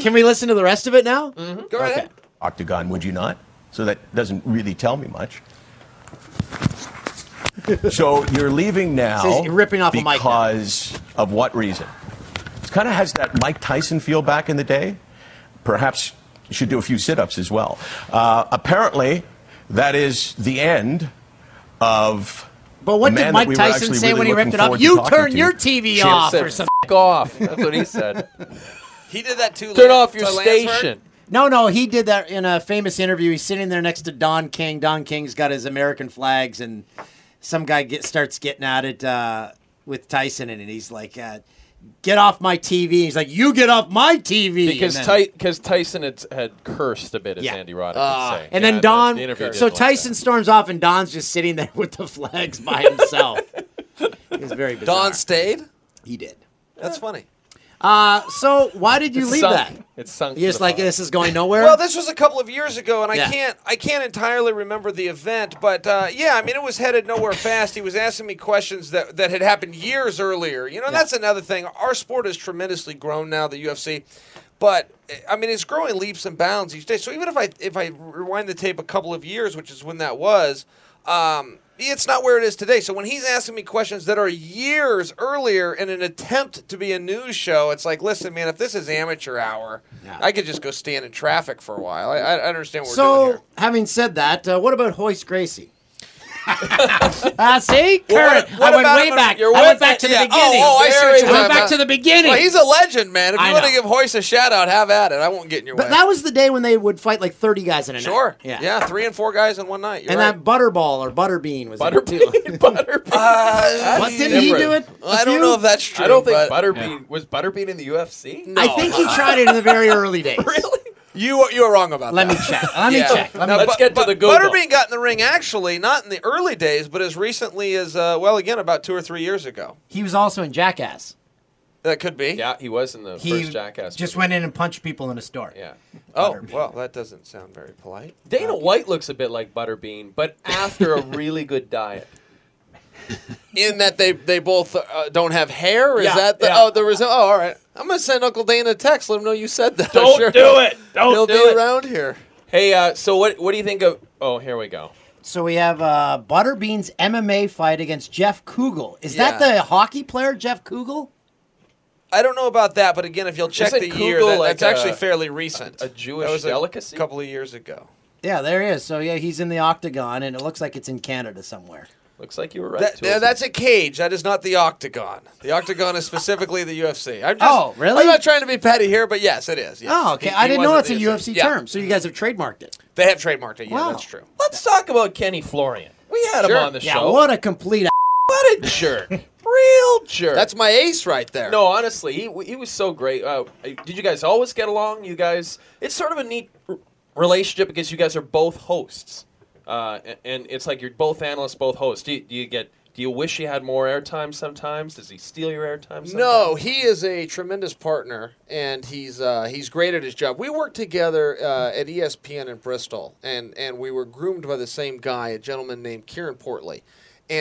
S4: Can we listen to the rest of it now?
S14: Go right ahead.
S15: Octagon, would you not? So that doesn't really tell me much. so you're leaving now
S4: So he's ripping off a mic now.
S15: because of what reason? It kind of has that Mike Tyson feel back in the day. Perhaps you should do a few sit-ups as well. Uh, apparently, that is the end of.
S4: But
S5: what did Mike Tyson say when he ripped it up? You turn your
S4: TV
S5: Jim off said, or some "F- off. That's what he said.
S14: He did that too.
S5: Turn
S14: Lan-
S5: off your
S14: to Lansford.
S5: station.
S4: No, no, he did that in a famous interview. He's sitting there next to Don King. Don King's got his American flags, and some guy get, starts getting at it uh, with Tyson, and he's like, uh, "Get off my TV!" He's like, "You get off my TV!"
S5: Because
S4: and
S5: Ty- cause Tyson had, had cursed a bit, as
S4: Yeah.
S5: Andy Roddick
S4: Ah.
S5: would say.
S4: and
S5: Yeah,
S4: then
S5: the-
S4: Don,
S5: the interview
S4: so
S5: didn't like
S4: Tyson storms off, and Don's just sitting there with the flags by himself. it was very bizarre.
S14: Don stayed.
S4: He did.
S14: That's funny.
S4: Uh, so why did you leave that?
S5: It's sunk.
S4: You're just like this is going nowhere.
S14: Well, this was a couple of years ago, and
S4: Yeah.
S14: I can't I can't entirely remember the event, but uh, yeah, I mean it was headed nowhere fast. He was asking me questions that, that had happened years earlier. You know, that's another thing. Our sport has tremendously grown now, the UFC, but eh, I mean it's growing leaps and bounds each day. So even if I if I rewind the tape a couple of years, which is when that was. Um, it's not where it is today. So when he's asking me questions that are years earlier in an attempt to be a news show, it's like, listen, man, if this is amateur hour, I could just go stand in traffic for a while. I, I I understand what we're doing
S4: so having said that, uh, what about Hoist Gracie? Ah, see,
S17: Well,
S4: current.
S17: what- what
S4: I went
S17: about
S4: way
S17: him-
S4: back.
S17: you're
S4: I
S17: way
S4: went back to the
S17: yeah.
S4: beginning.
S17: Oh, oh, I see what
S4: I
S17: you're
S4: went
S17: talking
S4: back
S17: about.
S4: to the beginning.
S17: Well, he's a legend, man.
S14: If
S4: I
S14: you want
S4: know.
S14: to give Hoist a shout out, have at it. I won't get in your
S4: But
S14: way.
S4: that was the day when they would fight like thirty guys in a night.
S14: sure.
S4: Yeah.
S14: yeah, three and four guys in one night. You're
S4: and
S14: right.
S4: that butterball or butterbean was butter too.
S14: Uh,
S4: What, didn't he do it?
S14: I don't know if that's true.
S5: I don't think
S14: but-
S5: Butterbean was Butterbean in the UFC.
S14: No. I think he tried
S4: it in the very early days.
S5: really?
S14: You you were wrong about
S4: Let
S14: that.
S4: me check. Let me check. Let me
S14: Uh, but-
S4: Let's get to
S14: but
S4: the Google.
S14: Butterbean got in the ring actually not in the early days, but as recently as uh, well again about two or three years ago.
S4: He was also in Jackass.
S14: That could be.
S5: Yeah, he was in the
S4: He
S5: first Jackass.
S4: just
S5: movie.
S4: went in and punched people in a store. Yeah.
S14: Oh well, that doesn't sound very polite.
S5: Dana White looks a bit like Butterbean, but after a really good diet.
S14: In that they they both uh, don't have hair. Is
S5: Yeah,
S14: that the
S5: yeah.
S14: oh the result? Oh, all right. I'm gonna send Uncle Dana a text. Let him know you said that.
S5: Don't
S14: Sure.
S5: do it. Don't
S14: He'll
S5: do
S14: be
S5: it.
S14: around here.
S5: Hey, uh, so what what do you think of? Oh, here we go.
S4: So we have uh, Butterbean's MMA fight against Jeff Kugel. Is that
S14: Yeah.
S4: the hockey player Jeff Kugel?
S14: I don't know about that, but again, if you'll check
S5: Isn't
S14: the year,
S5: Kugel
S14: that,
S5: like
S14: that's actually
S5: a-
S14: fairly recent.
S5: a- a Jewish
S14: that was
S5: delicacy?
S14: a couple of years ago.
S4: Yeah, there he is. So yeah, he's in the octagon, and it looks like it's in Canada somewhere.
S5: Looks like you were
S14: That- now, that's a cage. That is not the octagon. The octagon is specifically the UFC. I'm just,
S4: Oh, really?
S14: I'm not trying to be petty here, but yes, it is. yes.
S4: Oh, okay.
S14: He-
S4: I
S14: he
S4: didn't
S14: was
S4: know
S14: at
S4: it's a
S14: the
S4: UFC
S14: Yeah.
S4: term. So you guys have trademarked it.
S14: They have trademarked it. Yeah,
S4: Wow.
S14: that's true.
S5: Let's talk about Kenny Florian. We had
S14: Sure.
S5: him on the
S4: yeah,
S5: show.
S4: what a complete. a-
S5: What a jerk! Real jerk.
S14: That's my ace right there.
S5: No, honestly, he, he was so great. Uh, did you guys always get along? You guys, it's sort of a neat r- relationship because you guys are both hosts, uh, a- and it's like you're both analysts, both hosts. Do you, do you get? Do you wish you had more airtime sometimes? Does he steal your airtime? Sometimes?
S14: No, he is a tremendous partner, and he's uh, he's great at his job. We worked together uh, at ESPN in Bristol, and and we were groomed by the same guy, a gentleman named Kieran Portley.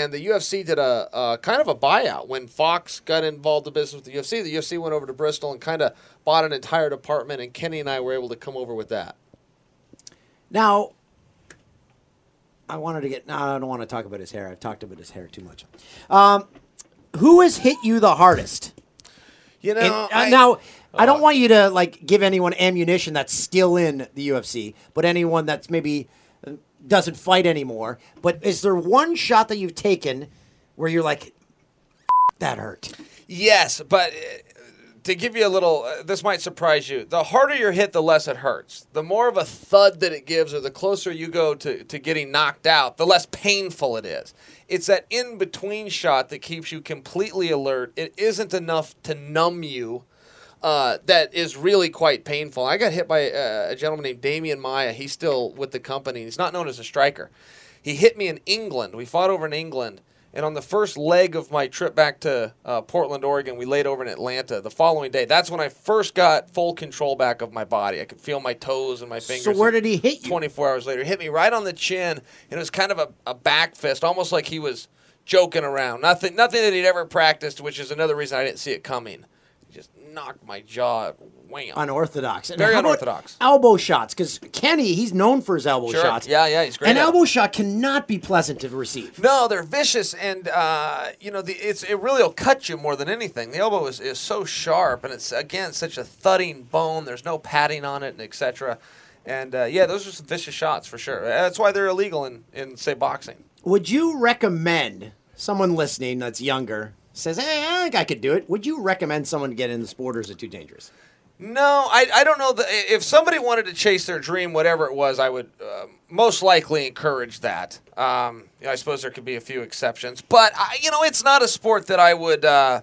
S14: And the UFC did a, a kind of a buyout when Fox got involved in business with the UFC. The UFC went over to Bristol and kind of bought an entire department, and Kenny and I were able to come over with that.
S4: Now, I wanted to get. No, I don't want to talk about his hair. I've talked about his hair too much. Um, who has hit you the hardest?
S14: You know, Oh.
S4: And, uh, now I don't want you to like give anyone ammunition that's still in the UFC, but anyone that's maybe uh, doesn't fight anymore. But is there one shot that you've taken where you're like, that hurt?
S14: Yes, but uh, to give you a little, uh, this might surprise you. The harder you're hit, the less it hurts. The more of a thud that it gives, or the closer you go to, to getting knocked out, the less painful it is. It's that in between shot that keeps you completely alert. It isn't enough to numb you. Uh, that is really quite painful. I got hit by uh, a gentleman named Damian Maya. He's still with the company. He's not known as a striker. He hit me in England. We fought over in England. And on the first leg of my trip back to uh, Portland, Oregon, we laid over in Atlanta the following day. That's when I first got full control back of my body. I could feel my toes and my fingers.
S4: So where did he hit you?
S14: 24 hours later. He hit me right on the chin, and it was kind of a, a back fist, almost like he was joking around. Nothing, nothing that he'd ever practiced, which is another reason I didn't see it coming. He just knocked my jaw, wham.
S4: Unorthodox. And
S14: Very
S4: how about
S14: unorthodox.
S4: Elbow shots, because Kenny, he's known for his elbow
S14: Sure.
S4: shots.
S14: Yeah, yeah, he's great
S4: An
S14: at it.
S4: elbow shot cannot be pleasant to receive.
S14: No, they're vicious, and uh, you know, the, it's it really will cut you more than anything. The elbow is, is so sharp, and it's again such a thudding bone. There's no padding on it, and etc. And uh, yeah, those are some vicious shots for sure. That's why they're illegal in, in say boxing.
S4: Would you recommend someone listening that's younger says, "Hey, I think I could do it"? Would you recommend someone get in the sport, or is it too dangerous?
S14: No, I, I don't know. The, if somebody wanted to chase their dream, whatever it was, I would uh, most likely encourage that. Um, you know, I suppose there could be a few exceptions, but I, you know, it's not a sport that I would uh,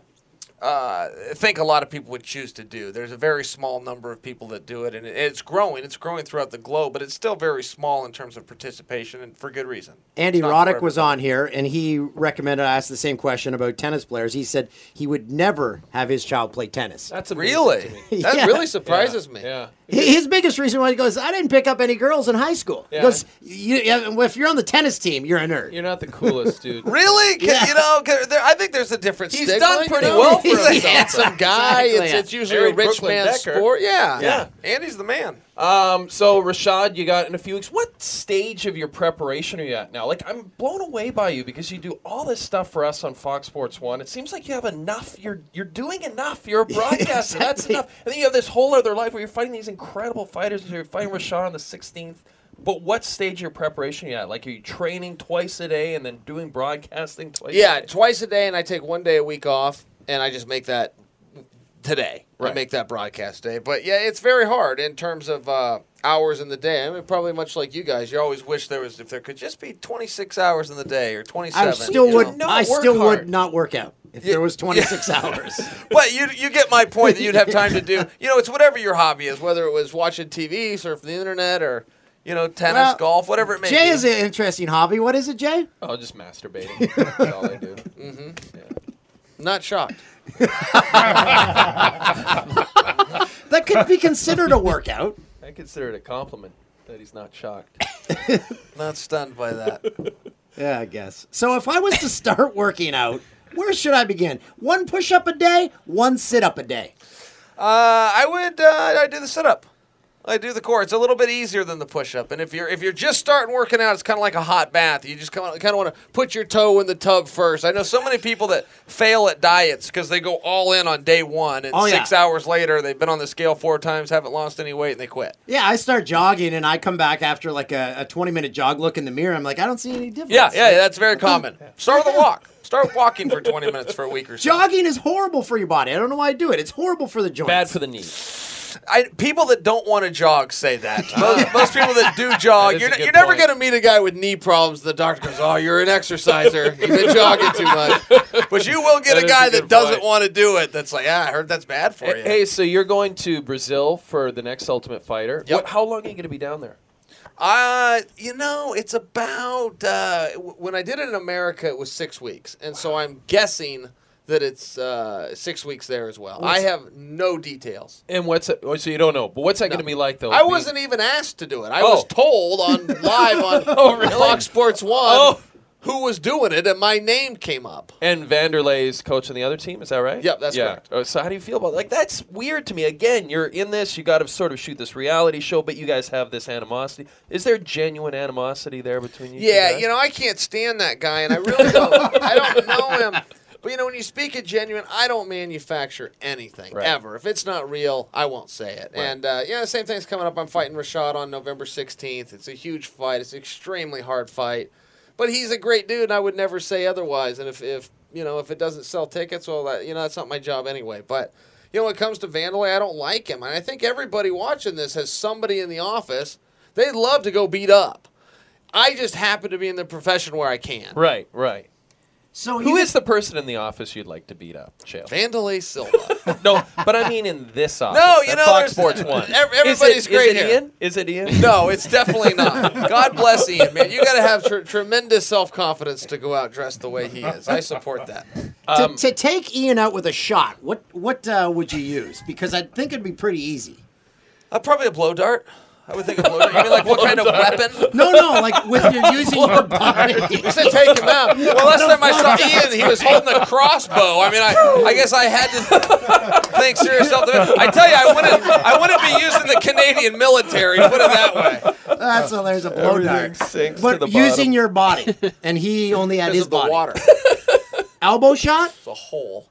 S14: uh, think a lot of people would choose to do. There's a very small number of people that do it, and it, it's growing. It's growing throughout the globe, but it's still very small in terms of participation, and for good reason.
S4: Andy
S14: It's not
S4: Roddick
S14: for
S4: was on here, and he recommended I ask the same question about tennis players. He said he would never have his child play tennis.
S5: That's
S14: Really? That
S4: Yeah.
S14: really surprises me.
S5: Yeah.
S4: Hi- His biggest reason why he goes, I didn't pick up any girls in high school.
S5: Yeah.
S4: He goes, "You- yeah, if you're on the tennis team, you're a nerd.
S5: You're not the coolest dude.
S14: Really? 'Cause, You know, 'cause there, I think there's a different.
S5: He's
S14: stigma,
S5: done
S14: you
S5: pretty
S14: know?
S5: well for
S14: He's
S5: himself.
S14: a handsome guy.
S5: Exactly.
S14: It's, it's usually
S5: Married
S14: a rich
S5: Brooklyn
S14: man's
S5: Decker.
S14: sport. Yeah.
S5: Yeah.
S14: Andy's the man.
S5: Um, so Rashad, you got in a few weeks. What stage of your preparation are you at now? Like, I'm blown away by you because you do all this stuff for us on Fox Sports One. It seems like you have enough. You're you're doing enough. You're a broadcaster. That's enough. And then you have this whole other life where you're fighting these incredible fighters. You're fighting Rashad on the 16th But what stage of your preparation are you at? Like, are you training twice a day and then doing broadcasting twice?
S14: yeah,
S5: a day?
S14: twice a day, and I take one day a week off, and I just make that today. I
S5: Right.
S14: make that broadcast day. But yeah, it's very hard in terms of uh, hours in the day. I mean, probably much like you guys, you always wish there was if there could just be 26 hours in the day or 27.
S4: I still
S14: you
S4: would.
S14: know?
S4: I still would not work out if there was 26
S14: Yeah.
S4: hours.
S14: But you you get my point that you'd have time to do. You know, it's whatever your hobby is, whether it was watching TV, surfing the internet, or you know, tennis,
S4: Well,
S14: golf, whatever it may
S4: Jay
S14: be.
S4: is an interesting hobby. What is it, Jay?
S5: Oh, just masturbating. That's all I do.
S14: hmm Not shocked.
S4: That could be considered a workout.
S5: I consider it a compliment that he's not shocked.
S14: not stunned by that.
S4: Yeah, I guess. So if I was to start working out, where should I begin? One push up a day, one sit up a day.
S14: Uh, I would. Uh, I do the sit up. I do the core. It's a little bit easier than the push up. And if you're if you're just starting working out, it's kind of like a hot bath. You just kind of kind of want to put your toe in the tub first. I know so many people that fail at diets because they go all in on day one, and
S4: Oh, yeah.
S14: six hours later they've been on the scale four times, haven't lost any weight, and they quit.
S4: Yeah, I start jogging and I come back after like a, a 20 minute jog, look in the mirror. I'm like, I don't see any difference.
S14: Yeah, yeah, that's very common. Start with a walk. Start walking for 20 minutes for a week or so.
S4: Jogging is horrible for your body. I don't know why I do it. It's horrible for the joints. Bad
S5: for the knees.
S14: I, people that don't want to jog say that. Most, most people that do jog,
S5: is
S14: you're,
S5: a
S14: n-
S5: good
S14: you're never
S5: point.
S14: going to meet a guy with knee problems. The doctor goes, "Oh, you're an exerciser. You've been jogging too much." But you will get
S5: That
S14: a
S5: is a
S14: guy
S5: good
S14: that doesn't
S5: point.
S14: want to do it. That's like, "Yeah, I heard that's bad for you."
S5: Hey, so you're going to Brazil for the next Ultimate Fighter. What, how long are you going to be down there?
S14: Uh, you know, it's about uh, w- when I did it in America, it was six weeks, and so I'm guessing that it's uh, six weeks there as well. I
S5: What's-
S14: have no details.
S5: And what's it? oh, so you don't know? But what's that going to be like though?
S14: I
S5: Be-
S14: wasn't even asked to do it. I
S5: Oh.
S14: was told on live on Fox Sports One
S5: Oh.
S14: who was doing it, and my name came up.
S5: And Vanderlei's coach on the other team, is that right?
S14: Yep, that's correct.
S5: Oh, So how do you feel about like that's weird to me? Again, you're in this, you got to sort of shoot this reality show, but you guys have this animosity. Is there genuine animosity there between you? two
S14: Yeah,
S5: guys?
S14: you know, I can't stand that guy, and I really don't. I don't know him. But you know, when you speak of genuine, I don't manufacture anything
S5: Right.
S14: ever. If it's not real, I won't say it.
S5: Right.
S14: And uh, yeah, the same thing's coming up. I'm fighting Rashad on November 16th. It's a huge fight. It's an extremely hard fight, but he's a great dude, and I would never say otherwise. And if if you know if it doesn't sell tickets, well, that you know that's not my job anyway. But you know, when it comes to Vandalay, I don't like him, and I think everybody watching this has somebody in the office they'd love to go beat up. I just happen to be in the profession where I can.
S5: Right, right.
S4: So
S5: who is the person in the office you'd like to beat up, Chael?
S14: Vandalay Silva.
S5: no, but I mean in this office.
S14: No, you
S5: at
S14: know,
S5: Fox
S14: there's-
S5: Sports One.
S14: ev- everybody's
S5: is it,
S14: great
S5: is
S14: here.
S5: it Ian? Is it Ian?
S14: no, it's definitely not. God bless Ian, man. You got to have tr- tremendous self confidence to go out dressed the way he is. I support that. um,
S4: to, to take Ian out with a shot, what what uh, would you use? Because I think it'd be pretty easy.
S14: Uh, probably a blow dart. I would think a blow dart. You mean like what kind of weapon?
S4: No, no, like with your using your body.
S14: You said take him out. Well, last time I saw Ian, he was holding a crossbow. I mean, I, I guess I had to think serious self defense. I tell you, I wouldn't, I wouldn't be using the Canadian military. Put it that way.
S4: That's so there's a blow
S14: Everything
S4: dart.
S14: sinks
S4: but
S14: to the
S4: using
S14: bottom.
S4: your body, and he only had
S14: Because
S4: his
S14: of the
S4: body.
S14: water.
S4: Elbow shot.
S14: It's a hole.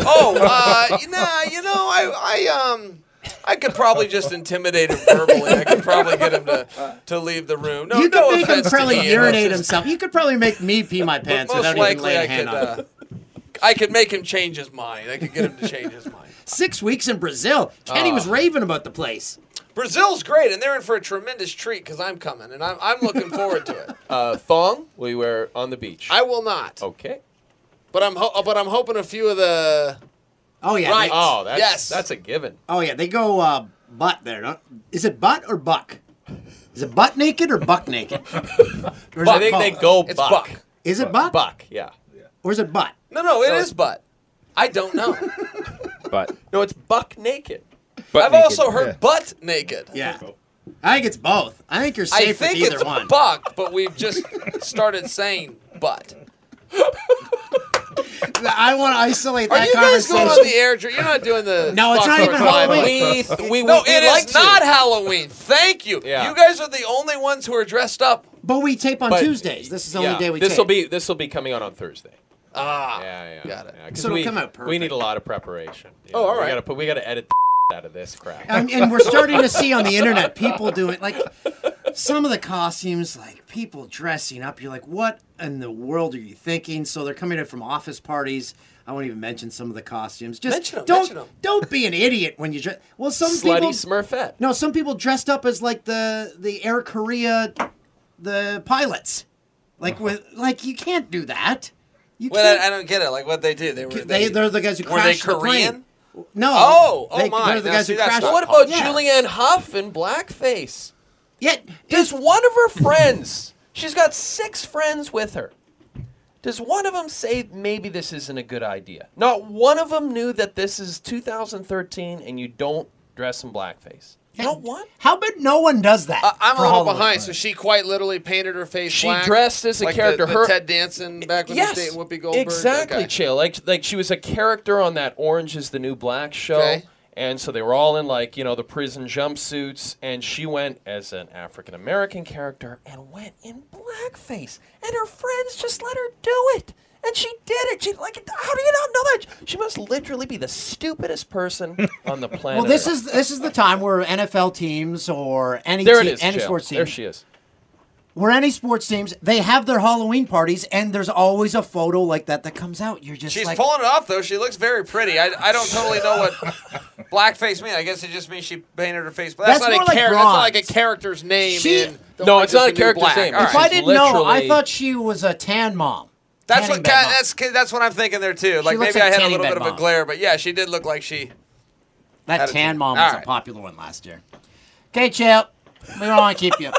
S14: Oh, uh, nah, you know, I, I, um, I could probably just intimidate him verbally. I could probably get him to, to leave the room. No,
S4: you could
S14: no
S4: make him
S14: offense to
S4: probably
S14: Ian.
S4: urinate himself. You could probably make me pee my
S14: But
S4: pants
S14: most
S4: without even
S14: likely,
S4: laying
S14: I
S4: a hand
S14: could,
S4: on it.
S14: uh, I could make him change his mind. I could get him to change his mind.
S4: Six weeks in Brazil. Kenny
S14: Ah.
S4: was raving about the place.
S14: Brazil's great, and they're in for a tremendous treat because I'm coming, and I'm, I'm looking forward to it.
S5: Uh, thong. We were on the beach.
S14: I will not,
S5: Okay.
S14: but I'm ho- but I'm hoping a few of the.
S4: Oh yeah.
S14: Right.
S4: they-
S5: Oh, that's
S14: Yes.
S5: that's a given.
S4: Oh yeah, they go uh, butt there. Don't, is it butt or buck? Is it butt naked or buck naked? Or is
S5: I
S4: it
S5: think they
S4: both?
S5: go
S14: It's
S5: buck.
S14: buck.
S4: Is it buck?
S5: Buck. Yeah.
S4: Or is it butt?
S14: No, no, it is butt. I don't know.
S18: But
S5: No, it's buck naked.
S14: I've also heard butt naked.
S4: Yeah. I think it's both. I think you're safe
S14: I think
S4: with either
S14: it's
S4: one.
S14: buck, but we've just started saying butt.
S4: I want to isolate
S14: Are
S4: that
S14: you guys
S4: conversation.
S14: going on the air? Dr- You're not doing the
S4: No, it's
S14: Fox
S4: not even
S14: Sports Live.
S4: Halloween. We- we-
S14: no,
S4: we
S14: it is
S4: like to.
S14: not Halloween. Thank you.
S5: Yeah.
S14: You guys are the only ones who are dressed up.
S4: but we tape on
S5: But-
S4: Tuesdays. This is the
S5: Yeah,
S4: only day we
S5: This will
S4: tape.
S5: be this will be coming out on Thursday.
S14: Ah.
S5: Yeah, yeah. Got it. Yeah, 'cause
S4: So it'll
S5: we,
S4: come out perfect.
S5: We need a lot of preparation. you
S4: Oh, all
S5: We
S4: right.
S5: gotta put. We gotta edit the out of this crap.
S2: Um,
S4: and, and we're starting to see on the internet people doing like
S2: some of the costumes, like people dressing up, you're like, what in the world are you thinking? So they're coming in from office parties. I won't even mention some of the costumes. Just
S14: Mention 'em,
S2: don't
S14: mention 'em.
S2: don't be an idiot when you dress. Well, some people
S5: Slutty Smurfette.
S2: No, some people dressed up as like the the Air Korea, the pilots, like with like you can't do that. You
S14: Well, I, I don't get it. Like what they do? They were
S2: can't. They,
S14: they,
S2: they are the guys who
S14: were they
S2: crashed the
S14: Korean?
S2: plane. No.
S14: Oh, oh
S2: They-
S14: my.
S2: They're the
S14: Now,
S2: guys
S14: see,
S2: who
S14: that's
S2: crashed.
S14: not
S5: What about
S2: Yeah.
S5: Julianne Hough in blackface?
S2: Yeah,
S5: does one of her friends? she's got six friends with her. Does one of them say maybe this isn't a good idea? Not one of them knew that this is 2013 and you don't dress in blackface. Not one.
S2: How about no one does that?
S19: I'm a
S5: for
S19: little
S5: Halloween.
S19: behind. So she quite literally painted her face.
S5: She
S19: black,
S5: dressed as a
S19: like
S5: character.
S19: The, the
S5: Her-
S19: Ted Danson back when
S5: yes,
S19: the state Whoopi Goldberg.
S5: exactly,
S19: Okay.
S5: Chill. Like like she was a character on that Orange Is the New Black show,
S19: Okay.
S5: and so they were all in like you know the prison jumpsuits, and she went as an African American character and went in blackface, and her friends just let her do it, and she did it. She like how do you not know that? She must literally be the stupidest person on the planet.
S4: Well, this
S5: Earth.
S4: is this is the time where NFL teams or any
S5: there
S4: te-
S5: it is.
S4: any
S5: Chill.
S4: sports team
S5: There she is.
S4: where any sports teams they have their Halloween parties and there's always a photo like that that comes out. You're just
S14: She's
S4: like,
S14: pulling it off though. She looks very pretty. I, I don't totally know what blackface means. I guess it just means she painted her face. But that's,
S4: That's
S14: not
S4: more
S14: a
S4: like
S14: character. That's not like a
S19: bronze.
S14: character's name.
S19: She-
S14: in the
S5: No,
S14: Orange
S5: it's
S14: is
S5: not
S14: the
S5: a
S14: New
S5: character's
S14: Black.
S5: name.
S14: All
S4: if
S14: right.
S4: I didn't know, I thought she was a tan mom.
S14: That's
S4: tanning
S14: what.
S4: bed mom.
S14: That's that's what I'm thinking there too. Like
S4: looks
S14: maybe
S4: like
S14: I had a
S4: tanning
S14: little
S4: bed
S14: bit of a
S4: mom.
S14: glare, but yeah, she did look like she.
S4: That
S14: Attitude.
S4: tan mom
S14: All
S4: was
S14: right.
S4: a popular one last year. Okay, Chip, we don't want to keep you.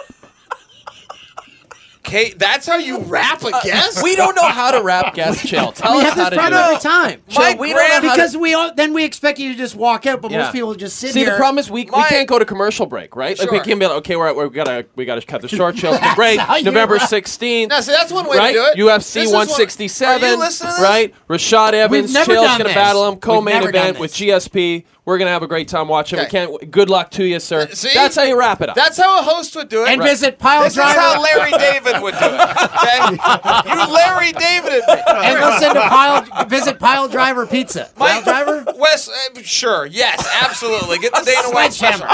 S14: Kate, that's how you rap a guest.
S5: Uh, we don't know how to rap guest chill. Tell
S4: we
S5: us
S4: have this
S5: how to
S4: problem
S5: do it.
S4: every time.
S5: Chill, My we don't know how to-
S4: because we all, then we expect you to just walk out, but
S5: Yeah.
S4: most people just sit
S5: See,
S4: here.
S5: the problem is we, we can't go to commercial break, right? Like
S4: Sure.
S5: we can be like, okay, we're, we gotta we gotta cut the short show to break.
S14: how you
S5: November
S14: rock.
S5: sixteenth.
S14: Now, see, that's one way to
S5: right?
S14: do it. This
S5: UFC
S14: is one-
S5: one
S14: Are
S5: sixty
S14: you
S5: seven.
S14: listening to this?
S5: Right? Rashad Evans,
S14: never
S5: Chill's
S14: done
S5: gonna
S14: this.
S5: battle him.
S14: We've
S5: Co-main
S14: never
S5: event
S14: done
S5: with GSP. We're gonna have a great time watching. We
S14: Okay.
S5: can't. Good luck to you, sir.
S14: See?
S5: That's how you wrap it up.
S14: That's how a host would do it.
S5: And Right. visit Pile
S14: This
S5: Driver.
S14: is how Larry David would do it. Okay? you Larry David.
S4: and listen to pile visit pile driver pizza.
S14: Mike Driver? Wes, uh, sure, yes, absolutely. Get the Dana White special.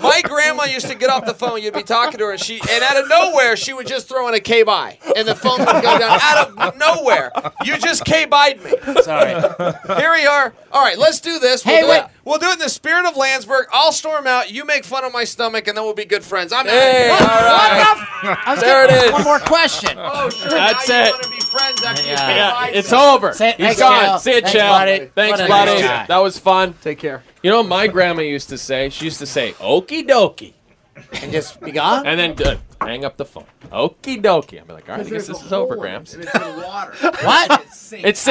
S14: My grandma used to get off the phone. You'd be talking to her, and she, and out of nowhere, she would just throw in a K by, and the phone would go down. Out of nowhere, you just K by'd me.
S4: Sorry.
S14: Here we are. All right, let's do this. We'll
S4: Hey,
S14: do
S4: wait.
S14: It. We'll do it in the spirit of Landsberg. I'll storm out. You make fun of my stomach, and then we'll be good friends. I'm
S5: Hey,
S14: out.
S5: all right.
S4: I was
S5: There
S4: gonna-
S5: it is.
S4: One more question.
S14: Oh, sure.
S5: That's
S14: now
S5: it.
S14: You want to be friends after you
S5: Yeah.
S14: K by'd
S5: It's
S14: me.
S5: over.
S14: Say-
S5: He's
S14: thanks,
S5: gone.
S14: Chell.
S5: See you,
S14: Thanks,
S5: Chell.
S14: buddy.
S5: Thanks,
S14: What a
S5: buddy.
S14: nice guy.
S5: That was fun.
S14: Take care.
S5: You know what my grandma used to say? She used to say, "Okie dokie,"
S4: and just be gone.
S5: And then uh, hang up the phone. Okie dokie. I'm like, all right,
S20: Because
S5: I guess
S20: there's
S5: this
S20: a
S5: is over,
S20: hole in
S5: Gramps.
S20: Water.
S4: What?
S5: It sinks.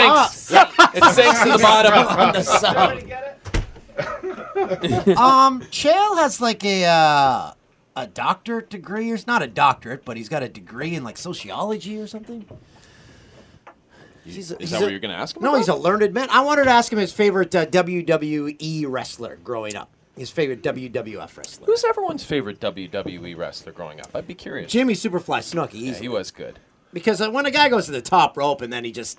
S4: Ah.
S5: It sinks to the bottom.
S4: On the side. um, Chael has like a uh, a doctorate degree, or it's not a doctorate, but he's got a degree in like sociology or something. He's a-
S5: Is
S4: he's
S5: that
S4: a-
S5: what you're gonna ask him?
S4: No, he's a learned man. I wanted to ask him his favorite uh, WWE wrestler growing up. His favorite WWF wrestler.
S5: Who's everyone's favorite WWE E wrestler growing up? I'd be curious.
S4: Jimmy Superfly Snooki. Easy.
S5: Yeah, he was good.
S4: Because uh, when a guy goes to the top rope and then he just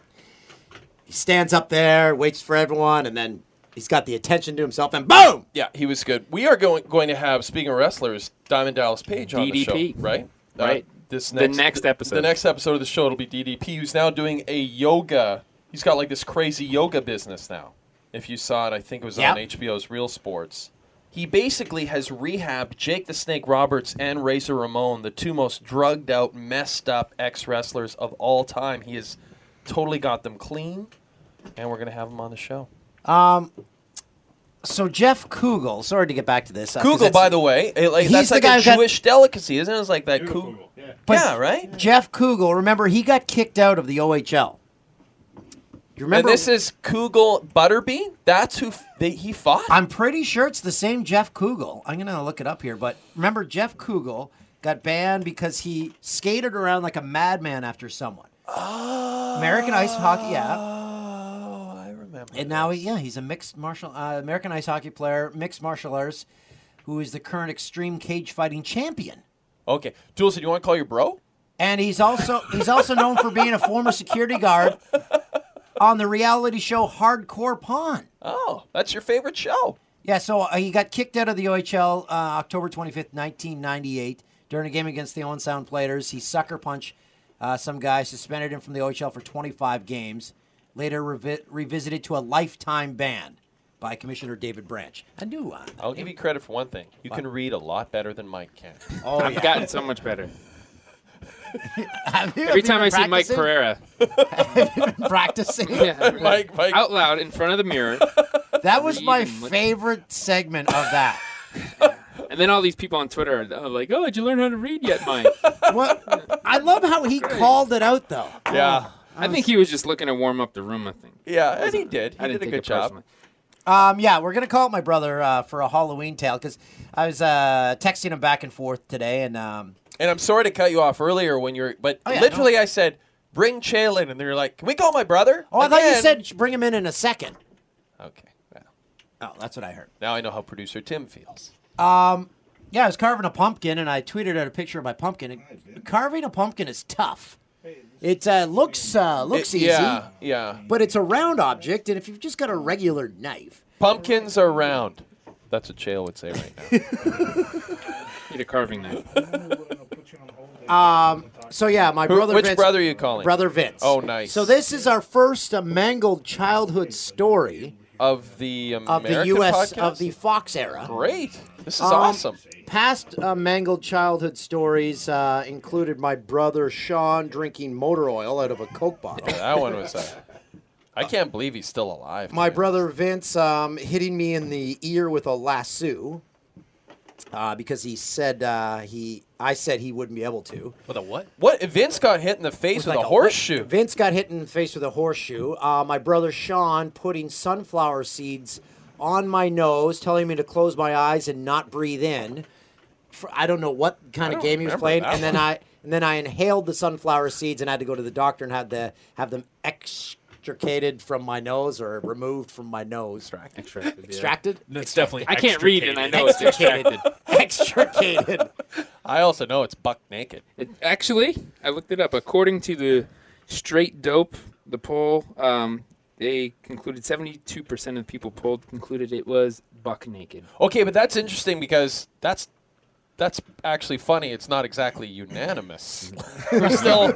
S4: he stands up there, waits for everyone, and then he's got the attention to himself, and boom!
S5: Yeah, he was good. We are going going to have speaking of wrestlers, Diamond Dallas Page on the
S3: DDP.
S5: show, right? Uh,
S3: Right.
S5: this
S3: The
S5: next
S3: next episode.
S5: The next episode of the show it'll be DDP, who's now doing a yoga. He's got like this crazy yoga business now. If you saw it, I think it was
S3: Yep.
S5: on HBO's Real Sports. He basically has rehabbed Jake the Snake Roberts and Razor Ramon, the two most drugged out, messed up ex wrestlers of all time. He has totally got them clean, and we're gonna have him on the show.
S4: Um, so Jeff Kugel, sorry to get back to this. uh, 'cause
S5: Kugel,
S4: that's-
S5: by the way, it, like,
S4: he's
S5: that's
S4: the
S5: like
S4: guy
S5: a
S4: who got-
S5: Jewish delicacy, isn't it? It's like that Kugel. Yeah.
S4: but
S5: right.
S4: Jeff Kugel, remember he got kicked out of the OHL. You remember?
S5: and this is Kugel Butterby. That's who f- they, he fought.
S4: I'm pretty sure it's the same Jeff Kugel. I'm gonna look it up here, but remember Jeff Kugel got banned because he skated around like a madman after someone. American ice hockey, yeah. Oh,
S5: I remember.
S4: And now, he, yeah, he's a mixed martial uh, American ice hockey player, mixed martial arts, who is the current extreme cage fighting champion.
S5: Okay, Jules, do you want to call your bro?
S4: And he's also he's also known for being a former security guard on the reality show Hardcore Pawn.
S5: Oh, that's your favorite show.
S4: Yeah, so uh, he got kicked out of the OHL uh, October 25th, 1998, during a game against the Owen Sound Platers. He sucker punched uh, some guy, suspended him from the OHL for 25 games, later revi- revisited to a lifetime ban by Commissioner David Branch. I knew uh,
S2: I'll give you credit for one thing. You can read a lot better than Mike can.
S4: Oh, I've yeah. gotten so
S2: much better.
S4: you been
S3: Every time I see Mike
S4: practicing?
S3: Pereira,
S4: practicing.
S3: yeah, out loud in front of the mirror,
S4: That was my
S3: Read and look.
S4: favorite segment of that.
S3: and then all these people on Twitter are like, "Oh, did you learn how to read yet, Mike?"
S4: What? I love how he called it out though.
S3: yeah, I think he was just looking to warm up the room. I think.
S6: Yeah, and he did.
S3: I didn't
S6: He did a
S3: take
S6: good
S3: it
S6: job.
S3: personally.
S4: Um, yeah, we're gonna call it my brother uh, for a Halloween tale because I was uh, texting him back and forth today, and um,
S2: And I'm sorry to cut you off earlier when you're, but
S4: Oh, yeah,
S2: literally I said, "Bring Chael in," and they're like, "Can we call my brother?"
S4: oh, I thought you
S2: Again.
S4: said sh- bring him in in a second.
S2: Okay.
S4: Oh, that's what I heard.
S2: Now I know how producer Tim feels.
S4: Um, yeah, I was carving a pumpkin, and I tweeted out a picture of my pumpkin. And carving a pumpkin is tough. It uh, looks uh, looks
S2: It-
S4: easy,
S2: Yeah, yeah.
S4: but it's a round object, and if you've just got a regular knife,
S2: Pumpkins are round. That's what Chael would say right now.
S3: Need a carving knife.
S4: Um. So yeah, my
S2: Who-
S4: brother.
S2: which
S4: Vince-
S2: brother are you calling?
S4: Brother Vince.
S2: Oh, nice.
S4: So this is our first uh, mangled childhood story
S2: Of the
S4: of
S2: American
S4: the U.S.
S2: podcast?
S4: of the Fox era.
S2: Great. This is
S4: Um,
S2: awesome.
S4: Past uh, mangled childhood stories uh, included my brother Sean drinking motor oil out of a Coke bottle.
S2: Yeah, that one was. Uh, I can't believe he's still alive.
S4: My brother Vince um, hitting me in the ear with a lasso uh, because he said uh, he. I said he wouldn't be able to.
S2: With a what? What? Vince got hit in the face with,
S4: like
S2: a horseshoe.
S4: Vince got hit in the face with a horseshoe. Uh, my brother Sean putting sunflower seeds on my nose, telling me to close my eyes and not breathe in. For, I don't know what kind of
S2: don't
S4: game he was
S2: remember
S4: playing,
S2: that
S4: and then
S2: one.
S4: I and then I inhaled the sunflower seeds and had to go to the doctor and had to have them extricated from my nose or removed from my nose. Extracted. Extracted.
S2: It's definitely.
S3: I can't read, and I know it's
S4: Extricated.
S3: extracted.
S4: Extricated.
S2: I also know it's buck naked.
S3: It, actually, I looked it up. According to the Straight Dope, the poll, um, they concluded 72% of people polled concluded it was buck naked.
S2: Okay, but that's interesting because that's that's actually funny. It's not exactly unanimous. we're still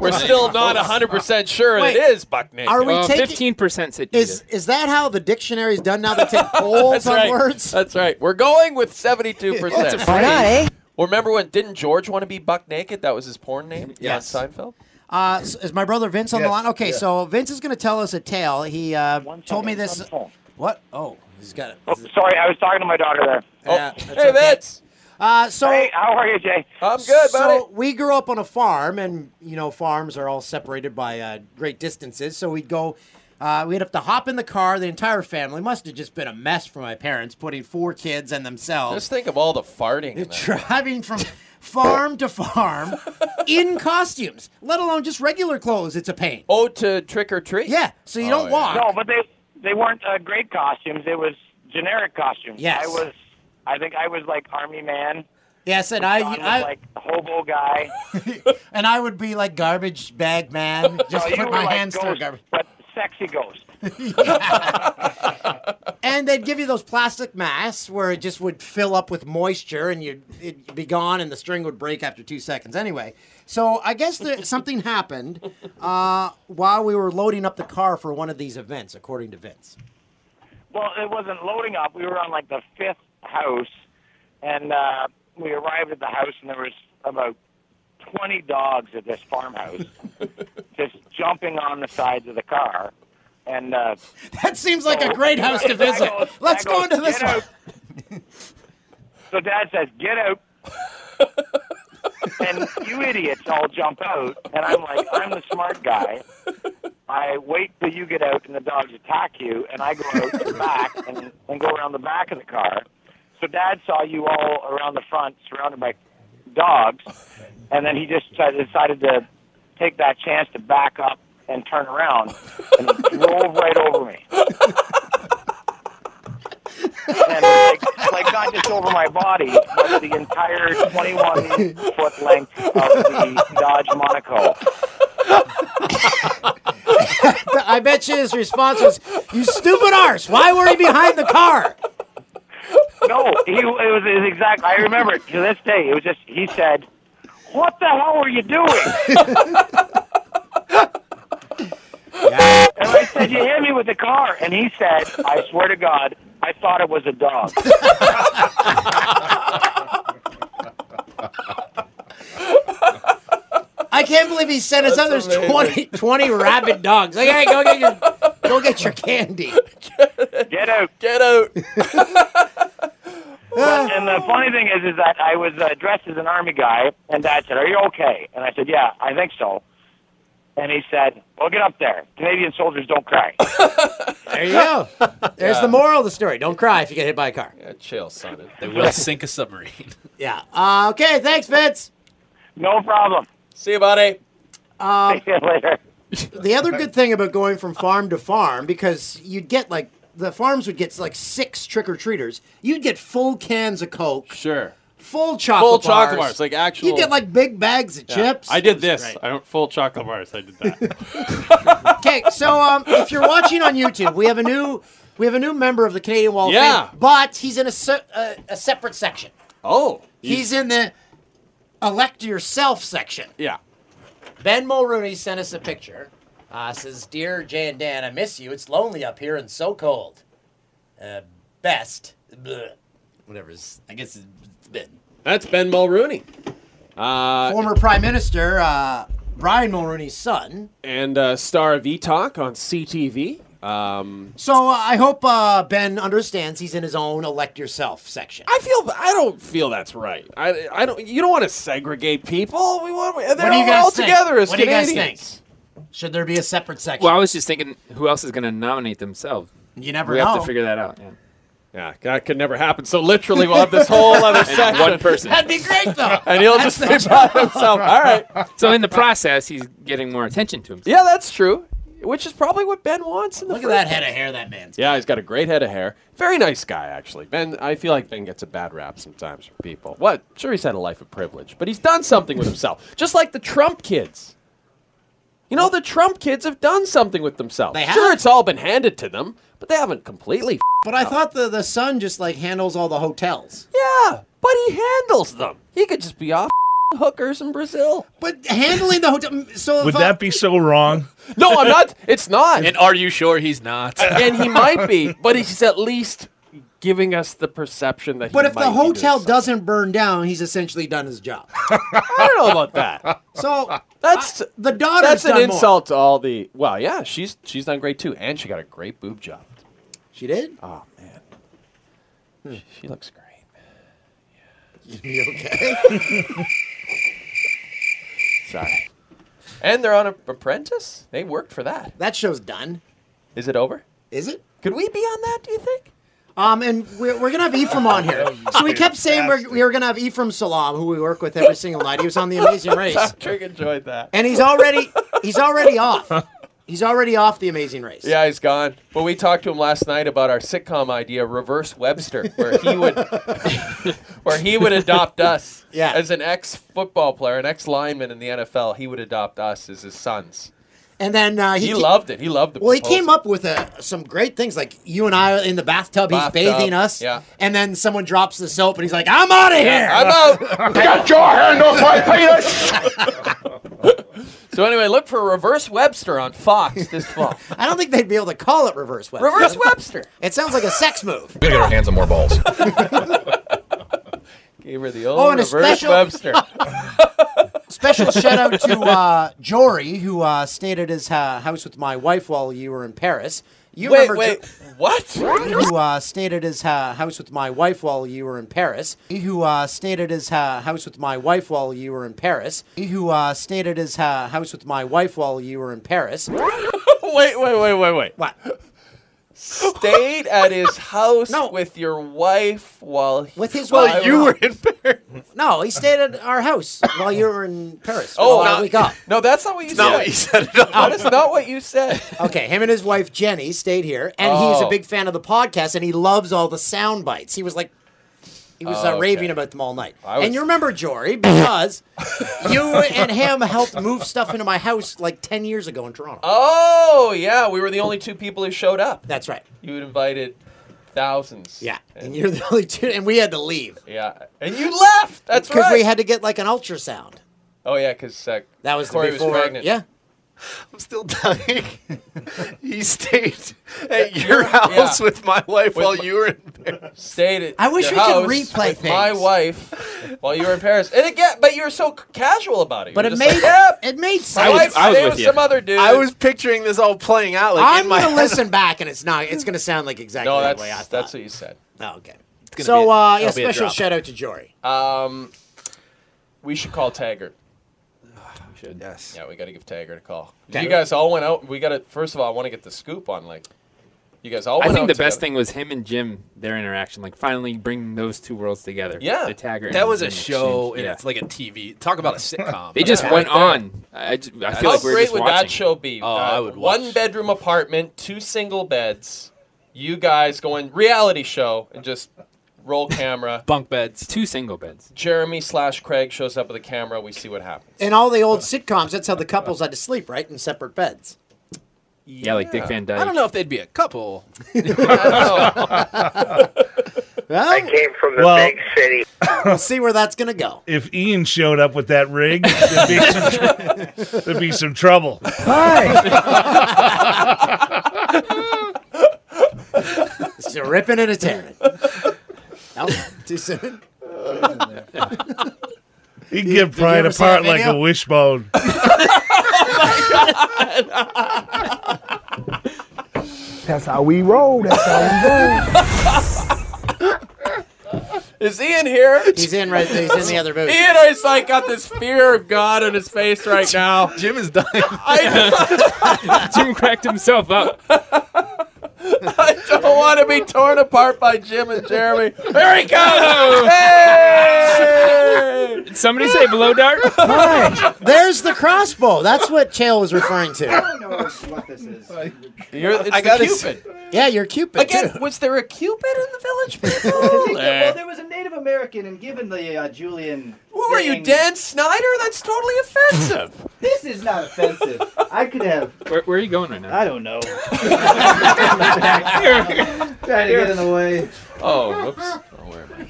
S2: we're still not 100% sure
S4: Wait,
S2: it is buck naked.
S4: are we Well, taking-
S3: 15% said
S4: Is is that how the dictionary's done now? They take polls
S2: That's
S4: on
S2: right.
S4: words.
S2: That's right. We're going with 72%.
S4: That's a Why not, phrase. eh?
S2: Well, remember when didn't George want to be buck naked? That was his porn name
S4: Yes.
S2: on Seinfeld.
S4: Uh, s- is my brother Vince on the
S2: Yes,
S4: line? Okay,
S2: yeah.
S4: so Vince is going to tell us a tale. He uh, told me this. What? Oh, he's got it. Oh,
S21: sorry, I was talking to my daughter there.
S4: Yeah,
S21: Oh.
S4: that's
S21: Hey, Vince.
S4: Uh, so
S21: Hey, how are you, Jay? I'm
S4: So we grew up on a farm, and you know farms are all separated by uh, great distances. So we'd go, uh, we'd have to hop in the car. The entire family must have just been a mess for my parents, putting four kids and
S2: Just
S4: themselves
S2: think of all the farting. In that.
S4: driving from farm to farm in costumes, let alone just regular clothes. It's a pain.
S2: Oh, to trick or treat. Oh,
S4: Yeah, so you
S21: Oh,
S4: don't walk.
S21: No, but they they weren't uh, great costumes. It was generic costumes.
S4: Yes.
S21: I was. I think I was like army man.
S4: Yes, and
S21: John
S4: I,
S21: was
S4: I
S21: like hobo guy.
S4: and I would be like garbage bag man, just
S21: No, you
S4: put
S21: were
S4: my
S21: like
S4: hands through
S21: ghost,
S4: garbage.
S21: but sexy ghost.
S4: And they'd give you those plastic masks where it just would fill up with moisture and you'd it'd be gone and the string would break after two seconds. Anyway, so I guess that something happened uh, while we were loading up the car for one of these events, according to Vince.
S21: Well, it wasn't loading up. We were on like the fifth house, and uh, we arrived at the house, and there was about twenty dogs at this farmhouse, just jumping on the sides of the car. And uh,
S4: That seems like a great house to visit.
S21: That goes-
S4: Let's
S21: that
S4: go
S21: goes,
S4: into this
S21: "Get
S4: one.
S21: out." So Dad says, "Get out." and you idiots all jump out, and I'm like, I'm the smart guy. I wait till you get out and the dogs attack you, and I go out to the back and, and go around the back of the car. So Dad saw you all around the front, surrounded by dogs, and then he just decided- decided to take that chance to back up and turn around, and he drove right over me. and like, like not just over my body, but the entire 21 foot length of the Dodge Monaco.
S4: I bet you his response was, "You stupid arse! Why were you behind the car?"
S21: No, no, he it was his exact. I remember it to this day. It was just he said, "What the hell are you doing?" And I said, "You hit me with the car," and he said, "I swear to God, I thought it was a dog."
S4: I can't believe he sent us out. There's
S2: amazing.
S4: 20, 20 rabid dogs. Like, hey, go get your go get your candy.
S21: Get out!
S6: Get out!
S21: But- and the funny thing is, is that I was uh, dressed as an army guy, and Dad said, "Are you okay?" And I said, "Yeah, I think so." And he said, "Well, get up there. Canadian soldiers don't cry."
S4: There you go. There's
S21: Yeah.
S4: the moral of the story. Don't cry if you get hit by a car.
S6: Yeah, chill, son. They will sink a submarine.
S4: Yeah. Uh, okay. Thanks, Vince.
S21: No problem.
S6: See you, buddy.
S4: Um,
S21: See you later.
S4: the other good thing about going from farm to farm because you'd get like the farms would get like six trick or treaters. You'd get full cans of Coke.
S5: Sure.
S4: Full chocolate
S5: Full chocolate
S4: bars.
S5: bars, like actual-
S4: You get like big bags of
S5: Yeah.
S4: chips.
S5: I did this.
S4: Right.
S5: I went full chocolate bars. I did that.
S4: Okay, so um, if you're watching on YouTube, we have a new we have a new member of the Canadian Wall of
S5: Yeah.
S4: Fame, but he's in a se- uh, a separate section.
S5: oh,
S4: He's in the elect yourself section.
S5: Yeah.
S4: Ben Mulrooney sent us a picture. Uh, says, "Dear Jay and Dan, I miss you. It's lonely up here and so cold. Uh, best, Bleh. whatever. It's, I guess it's Ben,
S5: That's Ben Mulrooney. Uh,
S4: former Prime Minister uh, Brian Mulrooney's son.
S22: and uh, star of E Talk on CTV. Um,
S4: So uh, I hope uh, Ben understands he's in his own elect yourself section.
S5: I feel I don't feel that's right. I, I don't. You don't want to segregate people. We want. They're
S4: what do you
S5: all,
S4: guys
S5: all
S4: think?
S5: together as
S4: what
S5: Canadians.
S4: do you guys think? Should there be a separate section?
S3: Well, I was just thinking, who else is going to nominate themselves?
S4: You never
S3: we have
S4: know.
S3: to figure that out. Yeah.
S5: Yeah, that could never happen. So literally, we'll have this whole other
S3: And
S5: section.
S3: One person.
S4: That'd be great, though.
S5: And he'll just stay by himself. All right.
S3: So in the process, he's getting more attention to himself.
S5: Yeah, that's true. Which is probably what Ben wants in the
S4: Look at
S5: first
S4: that head of hair that man's.
S5: Yeah, he's got a great head of hair. Very nice guy, actually. Ben, I feel like Ben gets a bad rap sometimes from people. What? Sure, he's had a life of privilege, but he's done something with himself. Just like the Trump kids. You know, the Trump kids have done something with themselves.
S4: They have?
S5: Sure, it's all been handed to them, but they haven't completely.
S4: But I thought the the son just like handles all the hotels.
S5: Yeah, but he handles them. He could just be off hookers in Brazil.
S4: But handling the hotel. Mm, So
S1: Would that be so wrong?
S5: No, I'm not. It's not.
S6: And are you sure he's not?
S5: and he might be, but he's at least giving us the perception that.
S4: But
S5: he
S4: if
S5: might
S4: the
S5: be doing
S4: hotel doesn't burn down, he's essentially done his job.
S5: I don't know about that.
S4: So
S5: that's
S4: the daughter's
S5: That's an
S4: done more.
S5: insult to all the. Well, yeah, she's she's done great too, and she got a great boob job.
S4: She did.
S5: Oh man, she, Hmm. she looks great.
S4: You okay?
S5: Sorry. And they're on a Apprentice. They worked for that.
S4: That show's done.
S5: Is it over?
S4: Is it?
S5: Could we be on that? Do you think?
S4: Um, and we're, we're gonna have Ephraim on here. So we kept saying we're, we were gonna have Ephraim Salam, who we work with every single night. He was on The Amazing Race,
S5: Patrick enjoyed that.
S4: and he's already he's already off. He's already off The Amazing Race.
S5: Yeah, he's gone. But we talked to him last night about our sitcom idea, Reverse Webster, where he would where he would adopt us.
S4: Yeah.
S5: As an ex football player, an ex lineman in the NFL, he would adopt us as his sons.
S4: And then uh,
S5: He,
S4: he, ca-
S5: loved it. He loved the
S4: Well, he
S5: proposal.
S4: came up with uh, some great things, like you and I in the bathtub. He's
S5: Bathtub,
S4: bathing us,
S5: yeah.
S4: and then someone drops the soap, and he's like, "I'm out of here."
S5: I'm out.
S4: Get your hand off my penis!
S5: So anyway, look for Reverse Webster on Fox this fall.
S4: I don't think they'd be able to call it reverse Webster.
S5: Reverse Webster.
S4: It sounds like a sex move.
S5: gotta get our hands on more balls. Gave her the old
S4: Oh, and a
S5: Reverse
S4: special-
S5: Webster.
S4: Special shout out to uh, Jory, who uh, stayed at his uh, house with my wife while you were in Paris. You
S5: Wait,
S4: remember
S5: wait, what?
S4: Who uh, stayed at his uh, house with my wife while you were in Paris? Who uh, stayed at his uh, house with my wife while you were in Paris? Who uh, stayed at his uh, house with my wife while you were in Paris?
S5: wait, wait, wait, wait, wait.
S4: What?
S5: Stayed at his house with your wife while he,
S4: With his
S5: while
S4: wife.
S5: you were in
S4: No, he stayed at our house while you were in Paris.
S5: Oh,
S4: while
S5: not-
S4: we got.
S5: No, that's not what you
S4: It's
S5: said.
S4: not what you
S5: said That is not what you said.
S4: Okay, him and his wife Jenny stayed here, and he's a
S5: Oh.
S4: big fan of the podcast, and he loves all the sound bites. He was like, he was
S5: Oh,
S4: uh,
S5: okay.
S4: raving about them all night.
S5: I was-
S4: And you remember Jory because you and him helped move stuff into my house like ten years ago in Toronto.
S5: Oh, yeah, we were the only two people who showed up.
S4: That's right.
S5: You had invited thousands.
S4: Yeah, and you're the only two, and we had to leave.
S5: Yeah, and you left. That's
S4: because we
S5: right.
S4: had to get like an ultrasound.
S5: Oh yeah, because uh,
S4: That was the
S5: Corey
S4: before-
S5: was pregnant.
S4: yeah.
S23: I'm still dying. he stayed at
S5: Yeah,
S23: your
S5: you're-
S23: house
S5: yeah.
S23: with my wife
S5: With
S23: while
S5: my-
S23: you were in Paris.
S5: Stayed at
S23: I wish
S5: your
S23: we could
S5: house
S23: replay
S5: with My
S23: things.
S5: wife, while you were in Paris, and again, but you were so c- casual about it.
S23: But
S5: You were
S23: it
S5: just
S23: made-
S5: like, yep,
S4: it made
S5: My wife stayed with, some other dude.
S23: I was picturing this all playing out. Like
S4: I'm
S23: in my
S4: gonna
S23: head.
S4: listen back, and it's not. It's gonna sound like exactly
S5: no,
S4: that
S5: that's
S4: way. I thought.
S5: that's what you said.
S4: Oh, okay.
S5: gonna
S4: So,
S5: be a-
S4: uh, yeah,
S5: it'll be a
S4: special
S5: drop.
S4: shout out to Jory.
S5: Um, we should call Taggart. We
S23: should. Yes.
S5: Yeah, we got to give Taggart a call.
S3: Okay.
S5: You guys all went out. We got to. First of all, I want to get the scoop on like. You guys all.
S3: I
S5: Went
S3: think
S5: out
S3: the best
S5: together.
S3: thing was him and Jim, their interaction, like finally bringing those two worlds together.
S6: Yeah.
S3: the tagger.
S6: That
S3: and
S6: was a
S3: Jim
S6: show,
S3: exchange.
S6: and
S3: Yeah.
S6: it's like a TV. Talk about a sitcom.
S3: They just
S6: Yeah.
S3: went
S6: Right there.
S3: on. I, I, ju- I feel
S5: How
S3: like we we're
S5: great
S3: just
S5: would
S3: watching.
S5: that show be?
S6: Oh, I would
S5: One bedroom apartment, two single beds. You guys going reality show and just roll camera.
S6: Bunk beds.
S3: Two single beds.
S5: Jeremy slash Craig shows up with a camera. We see what happens.
S4: In all the old sitcoms, that's how the couples had to sleep, right, in separate beds.
S3: Yeah, like Dick Van Dyke.
S6: I don't know if they'd be a couple.
S4: I came
S1: from the Well- big
S4: city. we'll see where that's gonna go.
S1: If Ian showed up with that rig, there'd be some, tr- there'd be some trouble.
S4: It's a ripping and a tearing. No, too soon.
S1: You can get
S4: Did you
S1: pried
S4: ever see that
S1: apart like a
S4: video?
S1: wishbone.
S24: That's how we roll. That's how we roll.
S5: Is Ian here?
S4: He's in right. He's in the other booth.
S5: Ian is like got this fear of God on his face right now.
S23: Jim is dying.
S3: Jim cracked himself up.
S5: I don't want to be torn apart by Jim and Jeremy. There he goes! Hey!
S3: Did somebody say blow dart?
S4: There's the crossbow. That's what Chael was referring to.
S2: what this is.
S5: You're, it's
S2: I
S5: the
S2: gotta
S5: Cupid.
S4: Yeah, you're Cupid
S5: Again,
S4: too.
S5: was there a Cupid in the village?
S2: well, there was a Native American, and given the uh, Julian.
S5: Who are you,
S2: thing-
S5: Dan Snyder? That's totally offensive.
S2: This is not offensive. I could have.
S3: Where, where are you going right now?
S2: I don't know. Trying to get in the way.
S5: Oh, whoops. Oh, where am I?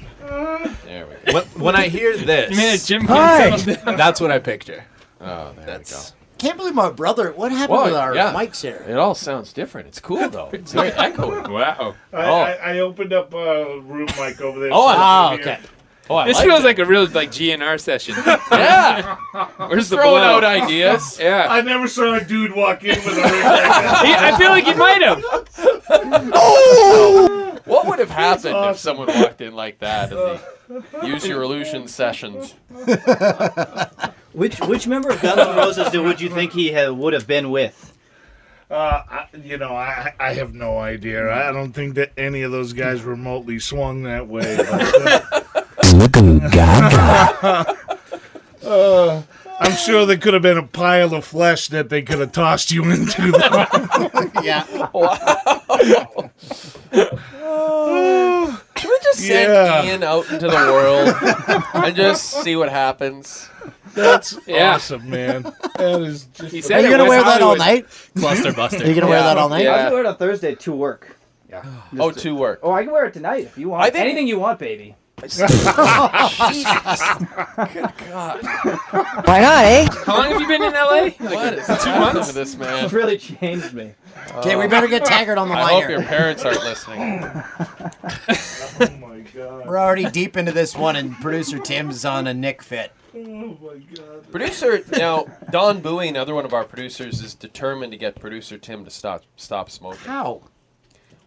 S5: There we go.
S6: When, when I hear this,
S5: You mean a Jim
S4: Hi.
S6: that's what I picture.
S5: Oh, there
S6: That's
S4: Can't believe my brother. What
S5: we go.
S4: happened with
S5: Whoa,
S4: our
S5: yeah.
S4: mics here?
S5: It all sounds different. It's cool though. It's very echoing.
S3: Wow.
S1: I, I, I opened up a room mic over there.
S5: Oh,
S1: so
S5: I-
S1: you can hear.
S5: Oh, I
S3: this
S5: like
S3: feels
S5: that.
S3: like a real like GNR session.
S5: yeah.
S3: Where's the
S5: Throwing
S3: blow?
S5: out ideas.
S3: Yeah.
S1: I never saw a dude walk in with a rig like that.
S3: He- I feel like he might have.
S5: Oh! What would have happened if someone walked in like that in the Use Your Illusion sessions?
S2: Which which member of Guns N' Roses do would you think he ha- would have been with?
S1: Uh, I, you know, I I have no idea. I don't think that any of those guys remotely swung that way. uh,
S25: Looking
S1: gaga. uh, I'm sure there could have been a pile of flesh that they could have tossed you into.
S4: yeah.
S5: Can we just send
S1: Yeah.
S5: Ian out into the world and just see what happens?
S1: That's
S5: Yeah.
S1: awesome, man. That is just. the
S5: He said
S1: best.
S5: it was Hollywood.
S6: Cluster buster.
S5: Are you gonna wear that all night?
S2: I was
S5: Yeah.
S2: gonna wear it on Thursday to work. Yeah.
S5: Oh, to work.
S2: Oh, I can wear it tonight if you want.
S5: I think-
S2: Anything you want, baby.
S5: Good God.
S2: Why not, eh?
S3: How long have you been in LA?
S5: What is
S3: two
S5: happening
S3: months.
S5: to this man?
S2: It's really changed me.
S4: Okay, we better get Taggart on the
S5: Uh, I
S4: line
S5: hope
S4: here.
S5: your parents aren't listening.
S4: We're already deep into this one, and producer Tim's on a Nick fit.
S1: Oh my god.
S5: Uh, Producer now Don Bowie, another one of our producers, is determined to get producer Tim to stop stop smoking.
S4: How?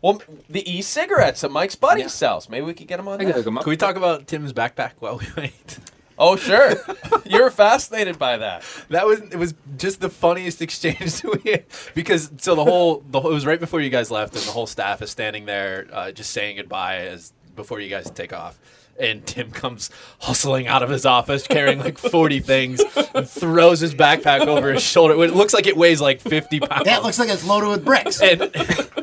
S5: Well, the e-cigarettes that Mike's buddy sells. Maybe we could get him on.
S6: I could
S5: that.
S6: hook 'em up. Can we talk about Tim's backpack while we wait?
S5: Oh sure, you're fascinated by that.
S6: That was it was just the funniest exchange that we had because so the whole the whole- it was right before you guys left and the whole staff is standing there uh, just saying goodbye as before you guys take off and Tim comes hustling out of his office carrying like 40 things and throws his backpack over his shoulder it looks like it weighs like 50 pounds
S4: That looks like it's loaded with bricks.
S6: and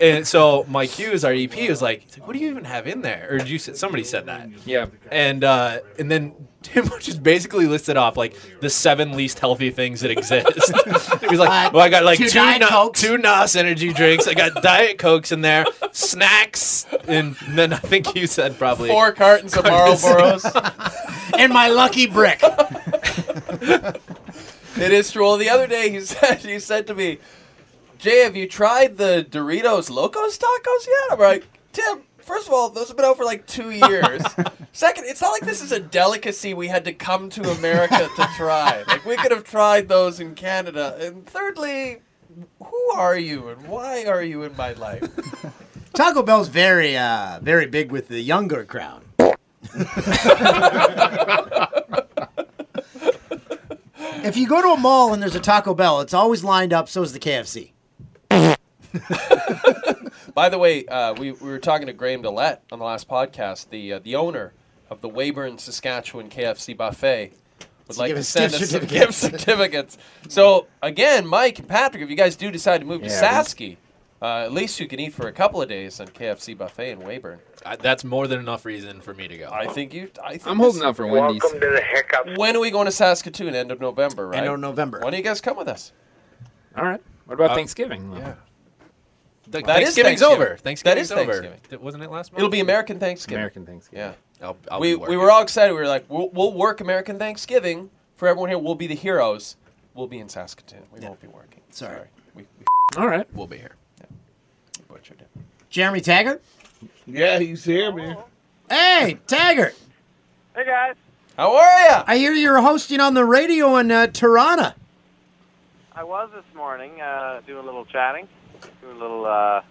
S6: and so my Hughes, our E EP, was like, he's like, "What do you even have in there?" Or did you? Somebody said that.
S3: Yeah.
S6: And uh, and then Tim just basically listed off like the seven least healthy things that exist. he was like,
S26: Uh,
S6: "Well, I got like
S26: two
S6: two
S26: Diet
S6: Na- two Nas energy drinks. I got diet cokes in there, snacks, and then I think you said probably
S5: Four cartons of
S6: Cartons.
S5: Marlboros.
S4: and my lucky brick.
S5: it is true. Well, the other day he said he said to me, "Jay, have you tried the Doritos Locos Tacos yet?" I'm like, "Tim, first of all, those have been out for like two years. Second, it's not like this is a delicacy we had to come to America to try. Like we could have tried those in Canada. And thirdly, who are you and why are you in my life?"
S4: Taco Bell's very, uh, very big with the younger crowd. if you go to a mall and there's a Taco Bell, it's always lined up. So is the KFC.
S5: By the way, uh, we, we were talking to Graham Dillette on the last podcast. The uh, the owner of the Weyburn, Saskatchewan KFC buffet would
S4: To
S5: like
S4: give
S5: to
S4: us
S5: send
S4: gift
S5: us some gift
S4: certificates.
S5: certificates. So again, Mike and Patrick, if you guys do decide to move to
S6: Yeah, we-
S5: Saskey, uh, at least you can eat for a couple of days on KFC buffet in Weyburn.
S6: I, that's more than enough reason for me to go.
S5: I think you. I think
S6: I'm holding
S5: this-
S6: out for Welcome Wendy's.
S5: to the hiccups. When are we going to Saskatoon? End of November, right?
S3: End of
S4: November.
S5: Why don't you guys come with us?
S3: All right. What about
S5: Uh,
S3: Thanksgiving? though?
S5: yeah.
S6: Th-
S5: That is
S6: Thanksgiving's
S5: Thanksgiving.
S6: over. Thanksgiving's
S5: that is
S6: over.
S5: Thanksgiving.
S6: Th- Wasn't it last month?
S5: It'll be American Thanksgiving.
S3: American Thanksgiving.
S5: Yeah.
S6: I'll, I'll
S5: we,
S6: be
S5: we
S6: working.
S5: were all excited. We were like, we'll, we'll work American Thanksgiving for everyone here. We'll be the heroes. We'll be in Saskatoon. We won't be working. Sorry. We, we
S3: All right.
S5: We'll be here. Yeah. We butchered it.
S4: Jeremy Taggart.
S1: Yeah, he's here, man.
S4: Hey, Taggart.
S27: Hey guys,
S5: How are you?
S4: I hear you're hosting on the radio in uh, Toronto.
S27: I was this morning uh, doing a little chatting, doing a little uh,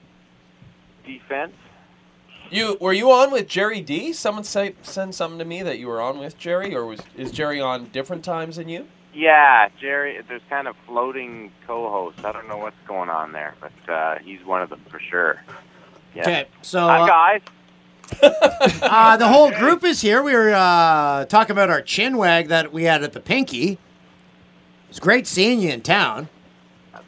S27: defense.
S5: You were you on with Jerry D? Someone say send something to me that you were on with Jerry, or was is Jerry on different times than you?
S27: Yeah, Jerry, there's kind of floating co-hosts. I don't know what's going on there, but uh, he's one of them for sure. Yeah.
S4: Okay, so,
S27: Hi,
S4: uh,
S27: guys.
S4: Uh, the whole group is here. We were uh, talking about our chin wag that we had at the Pinky. It's great seeing you in town.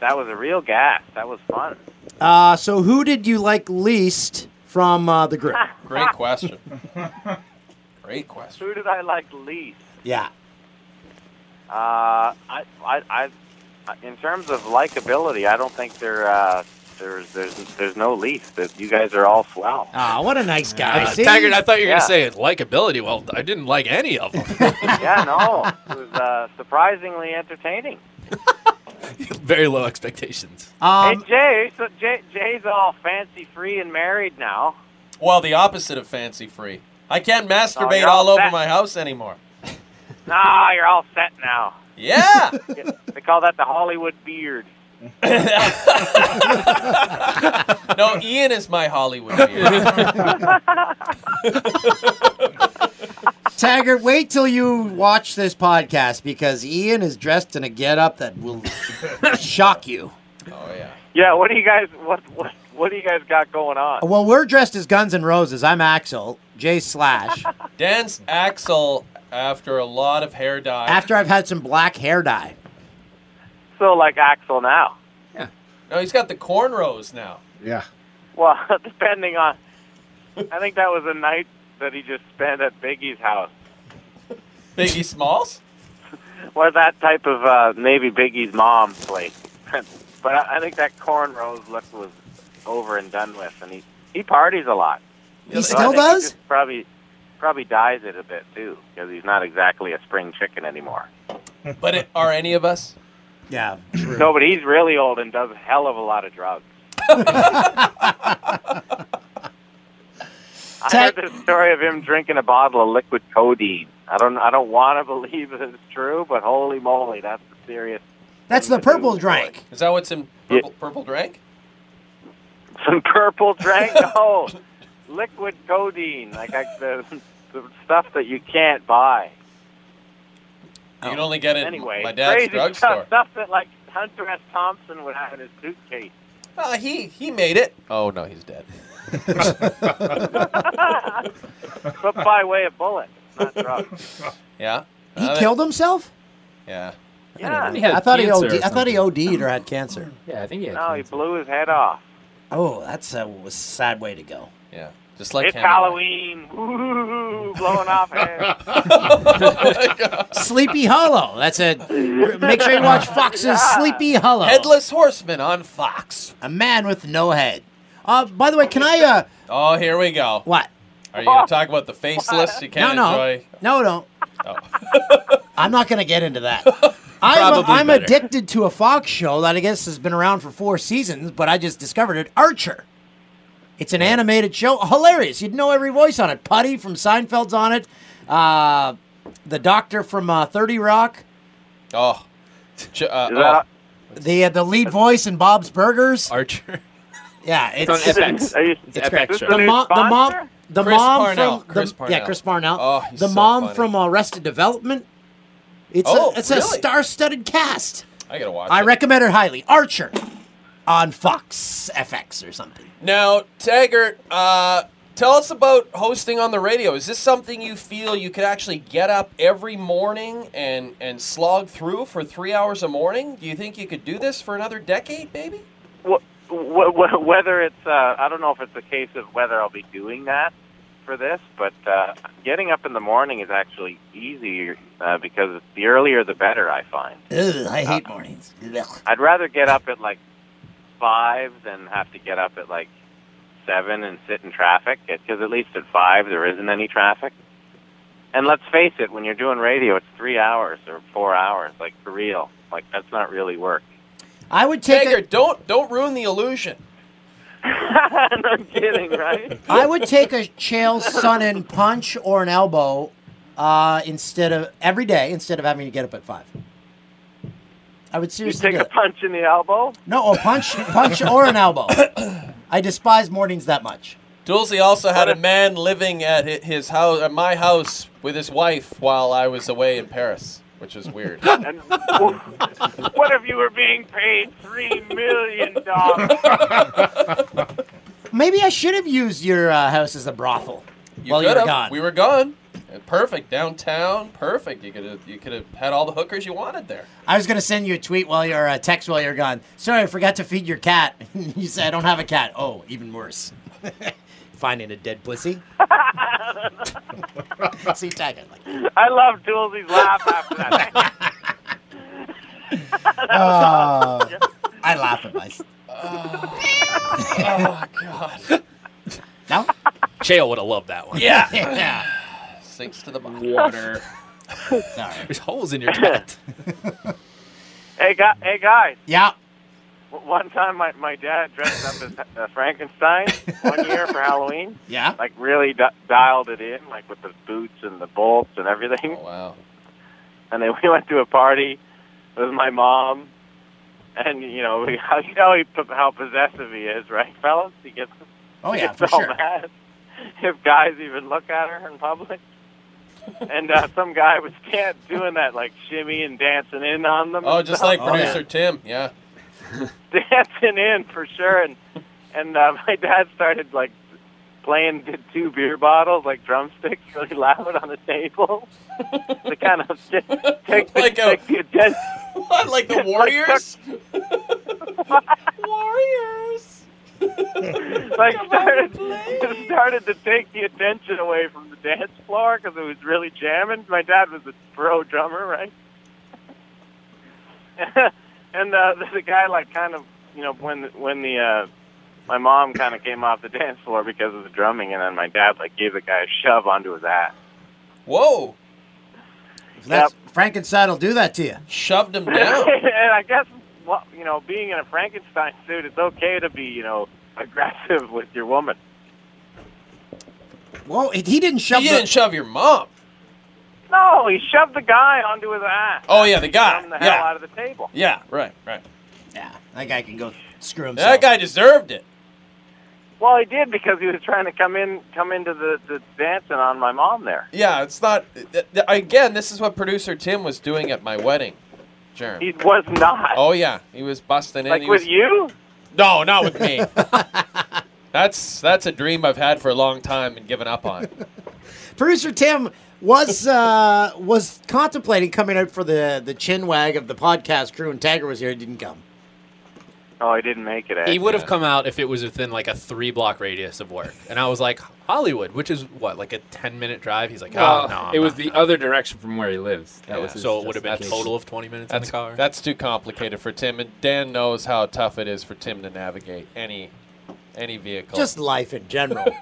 S27: That was a real gas. That was fun.
S4: Uh, so, who did you like least from uh, the group?
S5: Great question. Great question.
S27: Who did I like least?
S4: Yeah.
S27: Uh, I, I, I, in terms of likability, I don't think there, uh, there's, there's, there's no least. That you guys are all swell.
S4: Ah, what a nice guy.
S5: Uh,
S27: I see.
S6: Taggart, I thought you were
S27: Yeah.
S6: gonna say likability. Well, I didn't like any of them.
S27: yeah, no, it was uh, surprisingly entertaining.
S6: Very low expectations.
S5: Um,
S27: hey Jay, so Jay, Jay's all fancy free and married now.
S5: Well, the opposite of fancy free. I can't masturbate
S27: you're all
S5: all over
S27: set.
S5: my house anymore.
S27: Nah, you're all set now.
S5: Yeah.
S27: they call that the Hollywood beard.
S5: no, Ian is my Hollywood beard.
S4: Taggart, wait till you watch this podcast because Ian is dressed in a getup that will shock you.
S5: Oh yeah.
S27: Yeah, what do you guys what what what do you guys got going on?
S4: Well, we're dressed as Guns N' Roses. I'm Axel, Jay Slash.
S5: Dan's Axel after a lot of hair dye.
S4: After I've had some black hair dye.
S27: So like Axel now.
S5: No, he's got the cornrows now.
S1: Yeah.
S27: Well, depending on I think that was a night that he just spent at Biggie's house.
S5: Biggie Smalls?
S27: Or that type of uh maybe Biggie's mom place. but I, I think that cornrows look was over and done with and he he parties a lot.
S4: He
S27: So I
S4: still
S27: think he
S4: does?
S27: just probably probably dies it a bit too because he's not exactly a spring chicken anymore.
S5: But it, are any of us?
S4: Yeah.
S27: No, but he's really old and does a hell of a lot of drugs. I heard the story of him drinking a bottle of liquid codeine. I don't, I don't want to believe that it's true, but holy moly, that's a serious.
S4: That's the purple drink.
S5: Is that what's in purple, purple drink?
S27: Some purple drink? No, liquid codeine, like I, the, the stuff that you can't buy.
S5: You can only get it
S27: anyway,
S5: at my dad's
S27: crazy
S5: drugstore.
S27: stuff, stuff that like Hunter S. Thompson would have in his suitcase.
S5: Uh, he he made it. Oh no, he's dead.
S27: but by way of bullet, not drugs.
S5: Yeah.
S4: He killed himself?
S5: Uh, Yeah.
S27: Yeah.
S4: I thought he OD, I thought he OD'd or had cancer.
S5: Yeah, I think he
S27: No, he blew his head off.
S4: Oh, that's a, was a sad way to go.
S5: Yeah. Just like
S27: it's Halloween. Woo! blowing off air.
S4: Sleepy Hollow. That's it. Make sure you watch Fox's Sleepy Hollow.
S5: Headless Horseman on Fox.
S4: A man with no head. Uh, by the way, can I? Uh,
S5: Oh, here we go.
S4: What?
S5: Are you
S27: Oh.
S5: gonna talk about the faceless? You
S4: no,
S5: can't
S4: no,
S5: enjoy. Oh.
S4: no, no. I'm not going to get into that. I'm,
S5: Probably
S4: I'm
S5: better.
S4: addicted to a Fox show that I guess has been around for four seasons, but I just discovered it. Archer. It's an animated show. Hilarious. You'd know every voice on it. Putty from Seinfeld's on it. Uh, the doctor from uh, 30 Rock.
S5: Oh, Ch- uh,
S4: Is
S5: oh.
S4: that- The uh, the lead voice in Bob's Burgers.
S5: Archer.
S4: Yeah,
S5: It's
S4: it's,
S5: on FX. Are you-
S4: It's
S5: FX
S4: great.
S5: show.
S4: The, mo- the mom, the
S5: Chris
S4: mom
S5: Parnell,
S4: from the-
S5: Chris
S4: yeah,
S5: Parnell.
S4: Chris Parnell.
S5: Oh, he's
S4: the
S5: so
S4: mom
S5: funny.
S4: from Arrested Development. It's
S5: Oh,
S4: a it's a
S5: really?
S4: star-studded cast.
S5: I gotta watch.
S4: I
S5: it.
S4: recommend it highly. Archer on Fox FX or something.
S5: Now, Taggart, uh, tell us about hosting on the radio. Is this something you feel you could actually get up every morning and and slog through for three hours a morning? Do you think you could do this for another decade, maybe?
S27: Wh- wh- Whether it's, uh, I don't know if it's a case of whether I'll be doing that for this, but uh, getting up in the morning is actually easier uh, because the earlier the better, I find.
S4: Ugh, I hate mornings. Ugh.
S27: I'd rather get up at like five than have to get up at like seven and sit in traffic. Because at least at five there isn't any traffic. And let's face it, when you're doing radio, it's three hours or four hours, like for real. Like that's not really work.
S4: I would take
S5: Taggart. don't don't ruin the illusion.
S27: I'm kidding, right?
S4: I would take a Chael Sonnen punch or an elbow uh, instead of every day instead of having to get up at five. I would
S27: You
S4: seriously
S27: take
S4: do
S27: a
S4: it.
S27: punch in the elbow.
S4: No, a punch, punch, or an elbow. I despise mornings that much.
S5: Dulcie also had a man living at hi- his house, at my house, with his wife while I was away in Paris, which is weird.
S27: And what if you were being paid three million dollars?
S4: Maybe I should have used your uh, house as a brothel
S5: You
S4: while you were
S5: could've.
S4: gone.
S5: We were gone. Perfect downtown. Perfect. You could have you could have had all the hookers you wanted there.
S4: I was gonna send you a tweet while you're a text while you're gone. Sorry, I forgot to feed your cat. you said I don't have a cat. Oh, even worse. Finding a dead pussy. See, tag it.
S27: I love Toolsy's laugh after that.
S4: Oh, I laugh at myself.
S5: oh God.
S4: No.
S6: Chael would have loved that one.
S5: Yeah.
S4: Yeah.
S5: Sinks to the bottom.
S6: Water.
S4: Sorry.
S6: There's holes in your gut.
S27: Hey, guy, hey guys.
S4: Yeah.
S27: W- One time, my, my dad dressed up as uh, Frankenstein one year for Halloween.
S4: Yeah.
S27: Like really di- dialed it in, like with the boots and the bolts and everything.
S5: Oh, wow.
S27: And then we went to a party with my mom, and you know, we, you know he, how possessive he is, right, fellas? He gets
S4: Oh
S27: he
S4: yeah,
S27: gets
S4: for
S27: all
S4: sure.
S27: mad if guys even look at her in public. And uh, some guy was can doing that, like shimmy and dancing in on them.
S5: Oh,
S27: and
S5: just
S27: stuff.
S5: like producer Tim. Yeah.
S27: dancing in for sure. And and uh, my dad started like playing the two beer bottles like drumsticks really loud on the table to kind of t- take the,
S5: Like a-
S27: take the attention.
S5: What, like the Warriors? Warriors.
S27: like started, started to take the attention away from the dance floor because it was really jamming. My dad was a pro drummer, right? and uh, the guy like kind of you know when when the uh, my mom kind of came off the dance floor because of the drumming, and then my dad like gave the guy a shove onto his ass.
S5: Whoa.
S4: That's, Frankenstein will do that to you.
S5: Shoved him
S27: and I guess well, you know being in a Frankenstein suit, it's okay to be you know aggressive with your woman.
S4: Whoa, he he didn't shove.
S5: He
S4: the-
S5: didn't shove your mom.
S27: No, he shoved the guy onto his ass.
S5: Oh, yeah, the guy.
S27: Drummed the
S5: Yeah.
S27: hell out of the table.
S5: Yeah. Right. Right.
S4: That guy can go screw himself.
S5: That guy deserved it.
S27: Well, he did because he was trying to come in, come into the, the dancing on my mom there.
S5: Yeah. It's not. th- th- Again, this is what producer Tim was doing at my wedding. Germ.
S27: He was not.
S5: Oh yeah, he was busting in.
S27: like
S5: He
S27: with
S5: was-
S27: you?
S5: No, Oh, not with me. that's that's a dream I've had for a long time and given up on.
S4: Producer Tim was uh, was contemplating coming out for the the chin wag of the podcast crew, and Tiger was here. He didn't come.
S27: Oh, I didn't make it. eh?
S6: He would have
S27: Yeah.
S6: come out if it was within like a three block radius of work. And I was like, Hollywood, which is what, like a 10 minute drive? He's like, oh,
S3: Well,
S6: no. I'm
S3: it was
S6: not."
S3: the other direction from where he lives. That
S6: Yeah.
S3: was his
S6: So it would have been
S3: justification.
S6: total of 20 minutes in
S5: That's,
S6: the car.
S5: that's too complicated for Tim, and Dan knows how tough it is for Tim to navigate any any vehicle.
S4: Just life in general.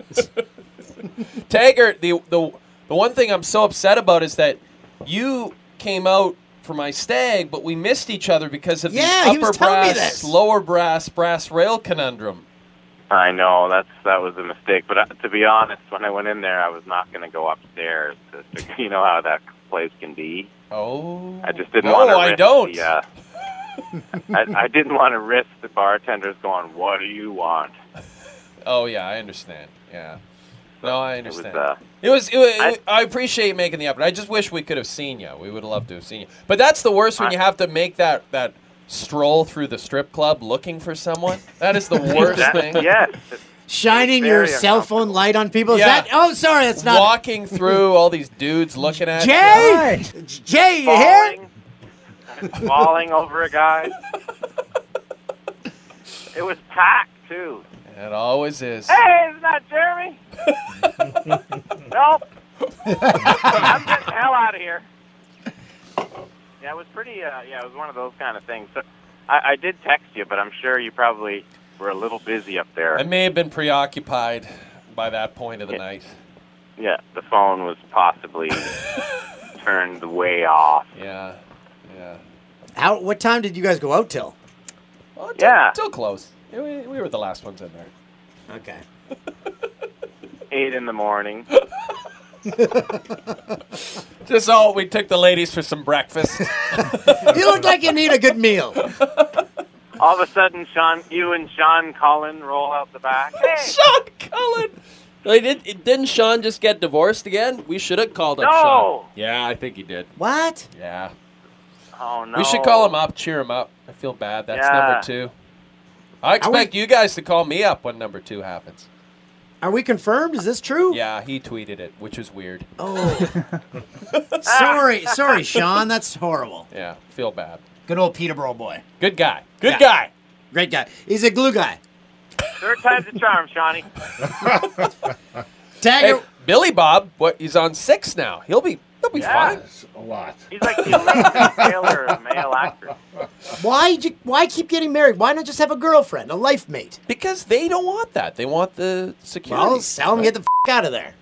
S5: Taggart, the the the one thing I'm so upset about is that you came out for my stag, but we missed each other because of
S27: Yeah,
S5: the
S27: he was
S5: upper
S27: telling me
S5: brass,
S27: this.
S5: lower brass, brass rail conundrum.
S27: I know that's that was a mistake. But uh, to be honest, when I went in there, I was not going to go upstairs. To, fix- you know how that place can be.
S5: Oh,
S27: I just didn't
S5: No,
S27: want to.
S5: I don't.
S27: The, uh, I, I didn't want to risk the bartenders going, "What do you want?"
S5: Oh yeah, I understand. Yeah. No, I
S27: was,
S5: understand.
S27: uh,
S5: It was. It was, it was- I, appreciate you making the effort. I just wish we could have seen you. We would have loved to have seen you. But that's the worst when you have to make that that stroll through the strip club looking for someone. That is the worst
S4: That-
S5: thing.
S27: Yes.
S4: Shining your cell phone light on people. Is
S5: Yeah.
S4: that? Oh, sorry, that's not.
S5: walking through all these dudes looking at
S4: Jay, Jay, you here?
S27: Falling over a guy. It was packed too.
S5: you. It always is.
S27: Hey, isn't that Jeremy? nope. I'm getting the hell out of here. Yeah, it was pretty. Uh, yeah, it was one of those kind of things. So, I, I did text you, but I'm sure you probably were a little busy up there.
S5: I may have been preoccupied by that point of the night.
S27: Yeah, the phone was possibly turned way off.
S5: Yeah, yeah.
S4: How? What time did you guys go out till?
S5: Well, till-
S27: Yeah.
S5: Till close. Yeah, We, we were the last ones in there.
S4: Okay.
S27: Eight in the morning.
S5: Just all we took the ladies for some breakfast.
S4: You look like you need a good meal.
S27: All of a sudden, Sean, you and Sean Cullen roll out the back. Hey,
S28: Sean Cullen. They did, it- didn't Sean just get divorced again? We should have called up
S27: No!
S28: Sean.
S5: Yeah, I think he did.
S4: What?
S5: Yeah.
S27: oh no.
S5: We should call him up, cheer him up. I feel bad. That's
S27: Yeah.
S5: number two. I expect you guys to call me up when number two happens.
S4: Are we confirmed? Is this true?
S5: Yeah, he tweeted it, which is weird.
S4: Oh. sorry, sorry, Sean. That's horrible.
S5: Yeah, feel bad.
S4: Good old Peterborough boy.
S5: Good guy. Good
S4: Yeah.
S5: guy.
S4: Great guy. He's a glue guy.
S27: Third time's a charm, Shawnee.
S4: Dagger.
S5: Billy Bob, what he's on six now. He'll be he'll be
S27: Yeah.
S5: fine.
S1: A lot.
S27: He's like the Elizabeth Taylor of male actors.
S4: Why? you- Why keep getting married? Why not just have a girlfriend, a life mate?
S5: Because they don't want that. They want the security.
S4: Well, sell him. Get the f- out of there.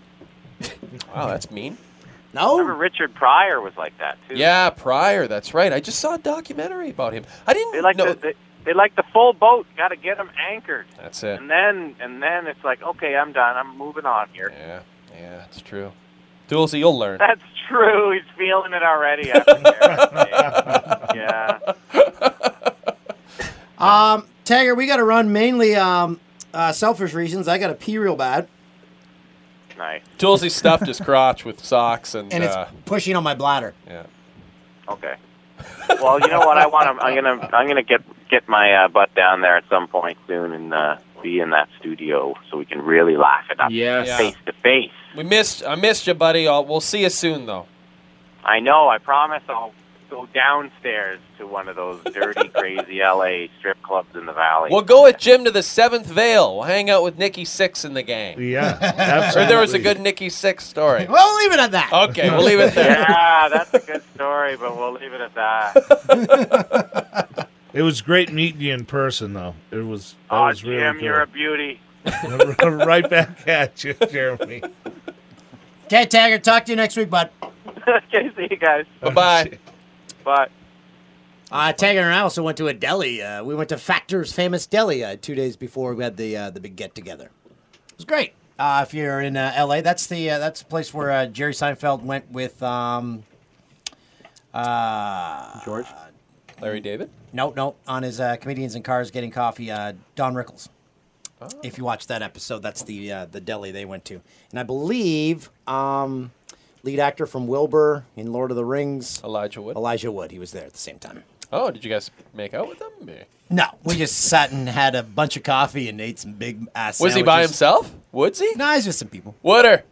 S5: Wow, that's mean.
S4: No.
S27: Remember Richard Pryor was like that too.
S5: Yeah, Pryor, that's right. I just saw a documentary about him. I didn't
S27: They like
S5: know.
S27: the they, they like the full boat. Got to get them anchored.
S5: that's it.
S27: And then and then it's like, okay, I'm done. I'm moving on here.
S5: Yeah, yeah, that's true. Dulcie, you'll learn.
S27: That's true. He's feeling it already. I don't care. yeah.
S4: Um, Tagger, we got to run mainly um, uh, selfish reasons. I got to pee real bad,
S27: Nice.
S5: Dulcie stuffed his crotch with socks and,
S4: and
S5: uh,
S4: it's pushing on my bladder.
S5: yeah.
S27: Okay. Well, you know what? I want to. I'm gonna. I'm gonna get get my uh, butt down there at some point soon and uh, be in that studio so we can really laugh it up.
S5: Yes.
S27: Face to face.
S5: We missed. I missed you, buddy. I'll, we'll see you soon, though.
S27: I know. I promise. I'll go downstairs to one of those dirty, crazy LA strip clubs in the valley.
S5: We'll go with Jim to the Seventh Veil. We'll hang out with Nikki Six in the gang.
S1: Yeah,
S5: Or there was a good Nikki Six story.
S4: Well, leave it at that.
S5: Okay, we'll leave it there.
S27: Yeah, that's a good story, but we'll leave it at that.
S1: It was great meeting you in person, though. It was. That
S5: Uh,
S27: Oh,
S1: was
S27: Jim,
S1: really cool.
S27: you're a beauty.
S1: right back at you, Jeremy.
S4: Okay, Tagger, talk to you next week, bud.
S27: okay, see you guys.
S5: Bye bye.
S27: Bye.
S4: Uh, Tagger and I also went to a deli. Uh, we went to Factor's Famous Deli uh, two days before we had the uh, the big get together. It was great. Uh, if you're in uh, LA, that's the uh, that's the place where uh, Jerry Seinfeld went with um, uh, George.
S5: Larry David.
S4: No, no, on his uh, comedians in cars getting coffee. Uh, Don Rickles.
S5: Oh.
S4: If you watch that episode, that's the uh, the deli they went to, and I believe um, lead actor from Wilbur in Lord of the Rings,
S5: Elijah Wood.
S4: Elijah Wood. He was there at the same time.
S5: Oh, did you guys make out with him? Eh.
S4: No, we just sat and had a bunch of coffee and ate some big ass.
S5: Was he by
S4: sandwiches.
S5: himself? Woods he?
S4: No, he's with some people.
S5: Wooder.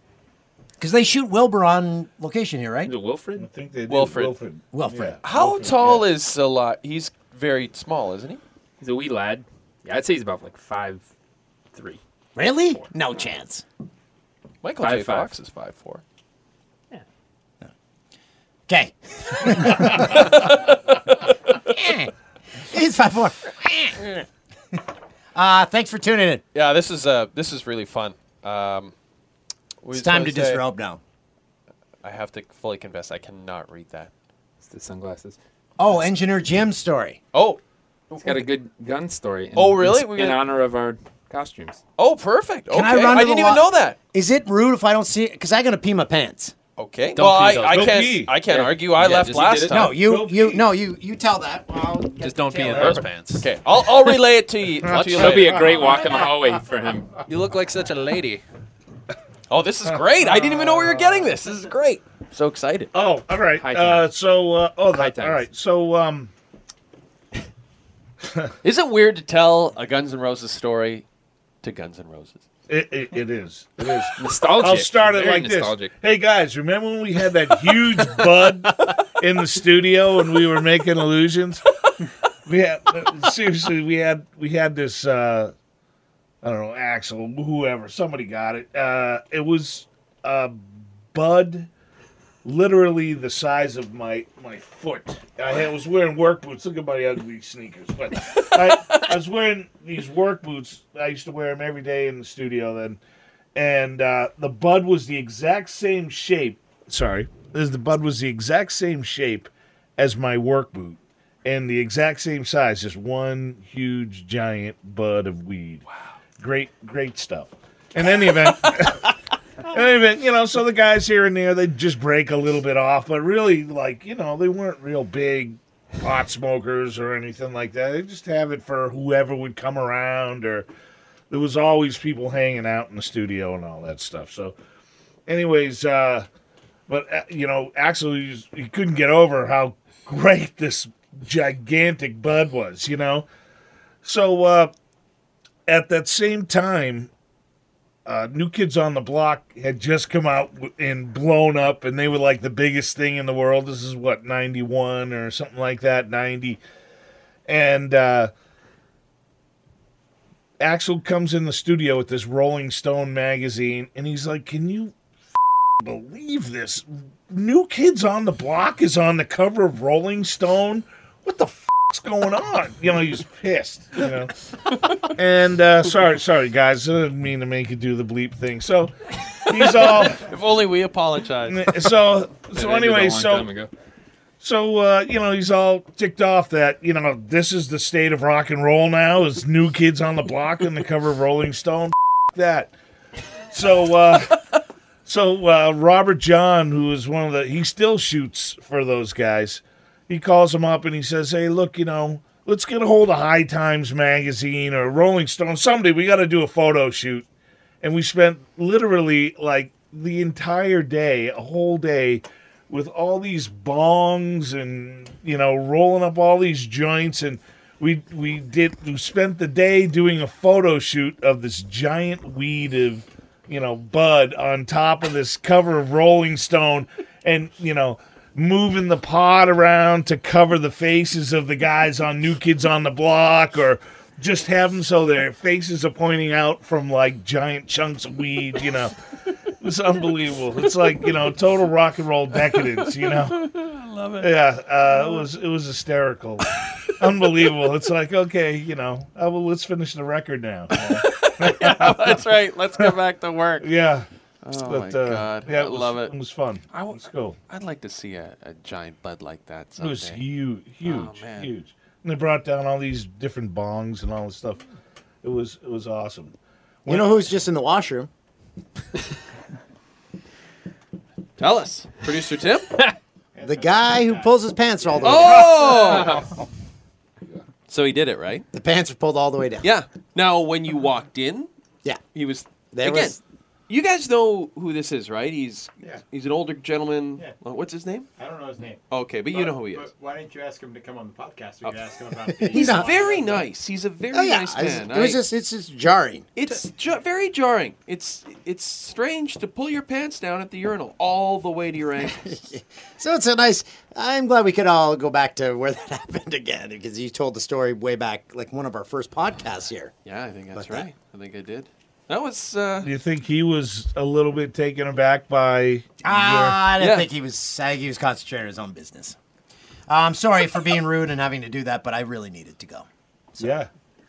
S4: Because they shoot Wilbur on location here, right?
S3: Wilfred? I
S1: think they
S5: Wilfred. Wilfred.
S4: Wilfred.
S5: uh, How tall is Eli? He's very small, isn't he?
S3: He's a wee lad. Yeah, I'd say he's about like five three.
S4: Really? No chance.
S5: Michael
S3: Five,
S5: J.
S3: five.
S5: Fox is five four.
S4: Okay. He's five four. uh, thanks for tuning in.
S5: Yeah, this is uh this is really fun. Um, what
S4: It's
S5: was
S4: time
S5: I
S4: to
S5: gonna say?
S4: disrobe now.
S5: I have to fully confess, I cannot read that.
S3: It's the sunglasses.
S4: Oh, Engineer Jim's story.
S5: Oh,
S3: He's got a good gun story. in-
S4: Oh, really?
S3: In,
S4: We're
S3: in
S4: gonna-
S3: honor of our costumes.
S5: Oh, perfect.
S4: Can I
S5: Okay.
S4: run?
S5: I
S4: to the
S5: didn't even
S4: lo-
S5: know that.
S4: Is it rude if I don't see it? Because I'm gonna pee my pants.
S5: Okay. Well, I, I can't I can't argue. I left last time.
S4: No, you you no you you tell that. I'll get
S6: Just
S4: the
S6: don't pee
S4: tail
S6: in
S4: end.
S6: those pants.
S5: Okay, I'll, I'll relay it to you. to you
S3: That'll be
S5: later.
S3: a great walk in the hallway for him.
S6: You look like such a lady.
S5: Oh, this is great. I didn't even know we were getting this. This is great. So excited.
S1: Oh, all right.
S5: High
S1: Uh, so, uh, oh, that,
S5: times.
S1: all right. So, um,
S5: Is it weird to tell a Guns N' Roses story to Guns N' Roses?
S1: It, it, it is. It is.
S5: Nostalgic.
S1: I'll start it
S5: Very
S1: like
S5: nostalgic.
S1: this. Hey, guys, remember when we had that huge bud in the studio and we were making illusions? We had, seriously, we had, we had this, uh, I don't know, Axel, whoever, somebody got it. Uh, it was um, a bud literally the size of my, my foot. I had- was wearing work boots. Look at my ugly sneakers. But I, I was wearing these work boots. I used to wear them every day in the studio then. And uh, the bud was the exact same shape. Sorry. This- The bud was the exact same shape as my work boot and the exact same size. Just one huge, giant bud of weed. Wow. Great, great stuff. In any event. In any event, you know, so the guys here and there, they just break a little bit off, but really, like, you know, they weren't real big pot smokers or anything like that. They just have it for whoever would come around, or there was always people hanging out in the studio and all that stuff. So, anyways, uh, but uh, you know, Axel, he, was- he couldn't get over how great this gigantic bud was, you know. So, uh, at that same time, uh, New Kids on the Block had just come out w- and blown up, and they were like the biggest thing in the world. This is what ninety one or something like that, ninety, and uh, Axel comes in the studio with this Rolling Stone magazine, and he's like, "Can you f- believe this? New Kids on the Block is on the cover of Rolling Stone. What the f***'s going on?" You know, he's pissed. You know and uh, sorry, sorry guys, I didn't mean to make you do the bleep thing. So he's all
S5: if only we apologize.
S1: so so anyway, so so uh, you know he's all ticked off that you know this is the state of rock and roll now is new kids on the block and the cover of Rolling Stone F- that. So uh, so uh, Robert John, who is one of the, he still shoots for those guys. He calls him up and he says, "Hey, look, you know, let's get a hold of High Times magazine or Rolling Stone. Someday we got to do a photo shoot." And we spent literally like the entire day, a whole day, with all these bongs and you know rolling up all these joints and. We, we did we spent the day doing a photo shoot of this giant weed of you know, Bud on top of this cover of Rolling Stone and, you know, moving the pod around to cover the faces of the guys on New Kids on the Block or just have them so their faces are pointing out from like giant chunks of weed, you know. It's unbelievable. It's like, you know, total rock and roll decadence, you know.
S5: I love it.
S1: Yeah, uh, it was it was hysterical, unbelievable. It's like okay, you know, uh, well, let's finish the record now.
S5: That's right. Let's get back to work.
S1: Yeah.
S5: Oh
S1: But,
S5: my
S1: uh,
S5: god.
S1: yeah,
S5: I
S1: it was-
S5: love it.
S1: it was fun.
S5: I w-
S1: Let's go.
S5: I'd like to see a, a giant bud like that.
S1: It
S5: Someday.
S1: was huge, huge,
S5: Oh, man.
S1: huge. And they brought down all these different bongs and all this stuff. It was it was awesome.
S9: You know who's just in the washroom?
S5: Tell us, producer Tim.
S9: The guy who pulls his pants all the way down.
S5: Oh. so he did it right.
S9: The pants are pulled all the way down.
S5: Yeah. Now, when you walked in,
S9: yeah,
S5: he was
S9: There
S5: again.
S9: was-
S5: you guys know who this is, right? He's he's an older gentleman. Uh, What's his name?
S2: I don't know his name.
S5: Okay, but you know who he is. Oh.
S2: But why didn't you ask him to come on the podcast? We could ask him about. The
S5: He's very nice. He's a very nice man.
S4: It was
S5: I-
S4: just, Oh, it's just jarring.
S5: It's ju- very jarring. It's it's strange to pull your pants down at the urinal all the way to your ankles.
S4: So it's a nice. I'm glad we could all go back to where that happened again because you told the story way back, like one of our first podcasts here.
S5: yeah, I think
S4: But
S5: that's
S4: that-
S5: right. I think I did. That was. Uh,
S1: Do you think he was a little bit taken aback by?
S29: Ah, I
S1: your-
S29: didn't think he was. I think he was concentrating on his own business. Uh, I'm sorry for being rude and having to do that, but I really needed to go.
S1: Yeah.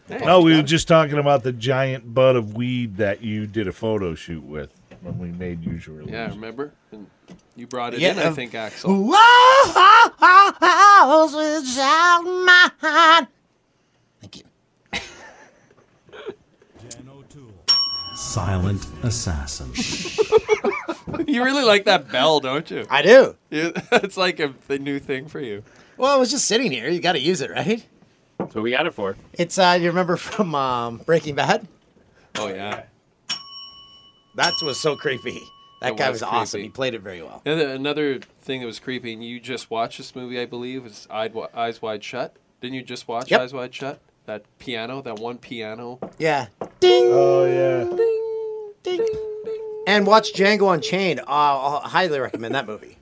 S29: Hey.
S1: No, we were just talking about the giant bud of weed that you did a photo shoot with when we made usual.
S5: yeah, remember? And you brought it
S1: Yeah,
S5: in, I
S1: um,
S5: think, Axel.
S30: Whoa, ho, ho, ho's without mine.
S27: Silent assassin.
S5: you really like that bell, don't you?
S4: I do.
S5: You, it's like a the new thing for you.
S4: Well, it was just sitting here. You got to use it, right?
S3: That's what we got it for.
S4: It's uh, you remember from um, Breaking Bad?
S5: Oh yeah.
S4: That was so creepy. That
S5: It
S4: guy was,
S5: was
S4: awesome.
S5: creepy.
S4: He played it very well.
S5: Another, another thing that was creepy, and you just watched this movie, I believe, is Eyed, Wi- Eyes Wide Shut. Didn't you just watch
S4: Yep.
S5: Eyes Wide Shut? That piano, that one piano.
S4: Yeah.
S1: Ding. Oh yeah.
S4: And watch Django Unchained. Uh, I'll highly recommend that movie.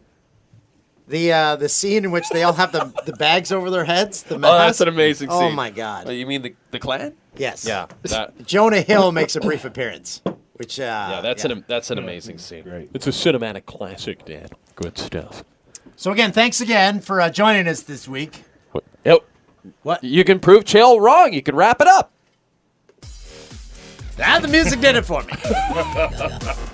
S4: The uh, the scene in which they all have the, the bags over their heads. The
S5: Oh, that's
S4: mask.
S5: an amazing
S4: Oh,
S5: scene.
S4: my god.
S5: Oh, you mean the the clan?
S4: Yes.
S5: Yeah. That,
S4: Jonah Hill makes a brief appearance, which uh,
S5: yeah, that's an that's an amazing scene. It's a cinematic classic, Dan. Good stuff.
S29: So again, thanks again for uh, joining us this week.
S31: Yep.
S29: What?
S31: You can prove Chael wrong. You can wrap it up.
S4: Ah, the music did it for me.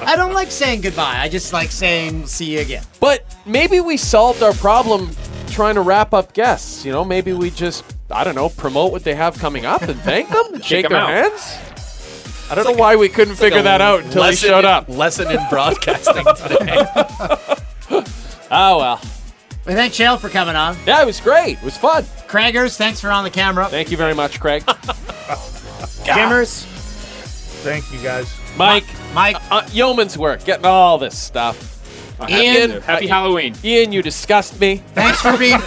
S4: I don't like saying goodbye. I just like saying see you again.
S31: But maybe we solved our problem trying to wrap up guests. You know, maybe we just I don't know promote what they have coming up and thank them, and shake
S6: Kick 'em
S31: their
S6: out.
S31: hands. I don't know why we couldn't figure that out until he
S6: lesson
S31: showed
S6: in-
S31: up.
S6: Lesson in broadcasting today.
S31: Oh well.
S29: We thank Shale for coming on.
S31: Yeah, it was great. It was fun.
S29: Craigers, thanks for on the camera.
S31: Thank you very much, Craig.
S29: Jimmers.
S1: Thank you guys.
S31: Mike.
S29: Mike.
S31: Uh, uh, yeoman's work, getting all this stuff.
S3: happy- happy
S31: Halloween. Ian, you disgust me.
S29: Thanks for being.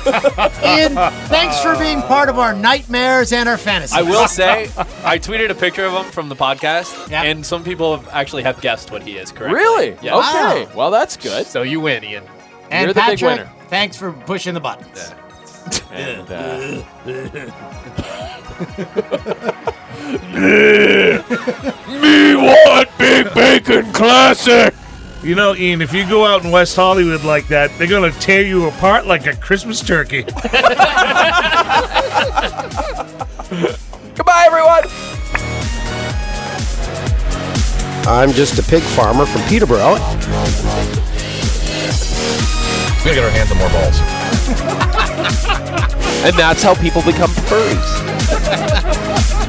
S29: Ian, thanks for being part of our nightmares and our fantasies.
S6: I will say, I tweeted a picture of him from the podcast,
S29: Yeah.
S6: and some people have actually have guessed what he is. Correct?
S31: Really?
S6: Yeah.
S31: Okay. Well, that's good.
S6: So you win, Ian.
S29: and
S6: You're the
S29: Patrick,
S6: big winner.
S29: thanks for pushing the buttons.
S6: And, uh,
S1: Me want Big Bacon Classic. You know, Ian, if you go out in West Hollywood like that, they're gonna tear you apart like a Christmas turkey.
S31: Goodbye, everyone.
S32: I'm just a pig farmer from Peterborough.
S14: We gotta get our hands on more balls.
S31: And that's how people become furries.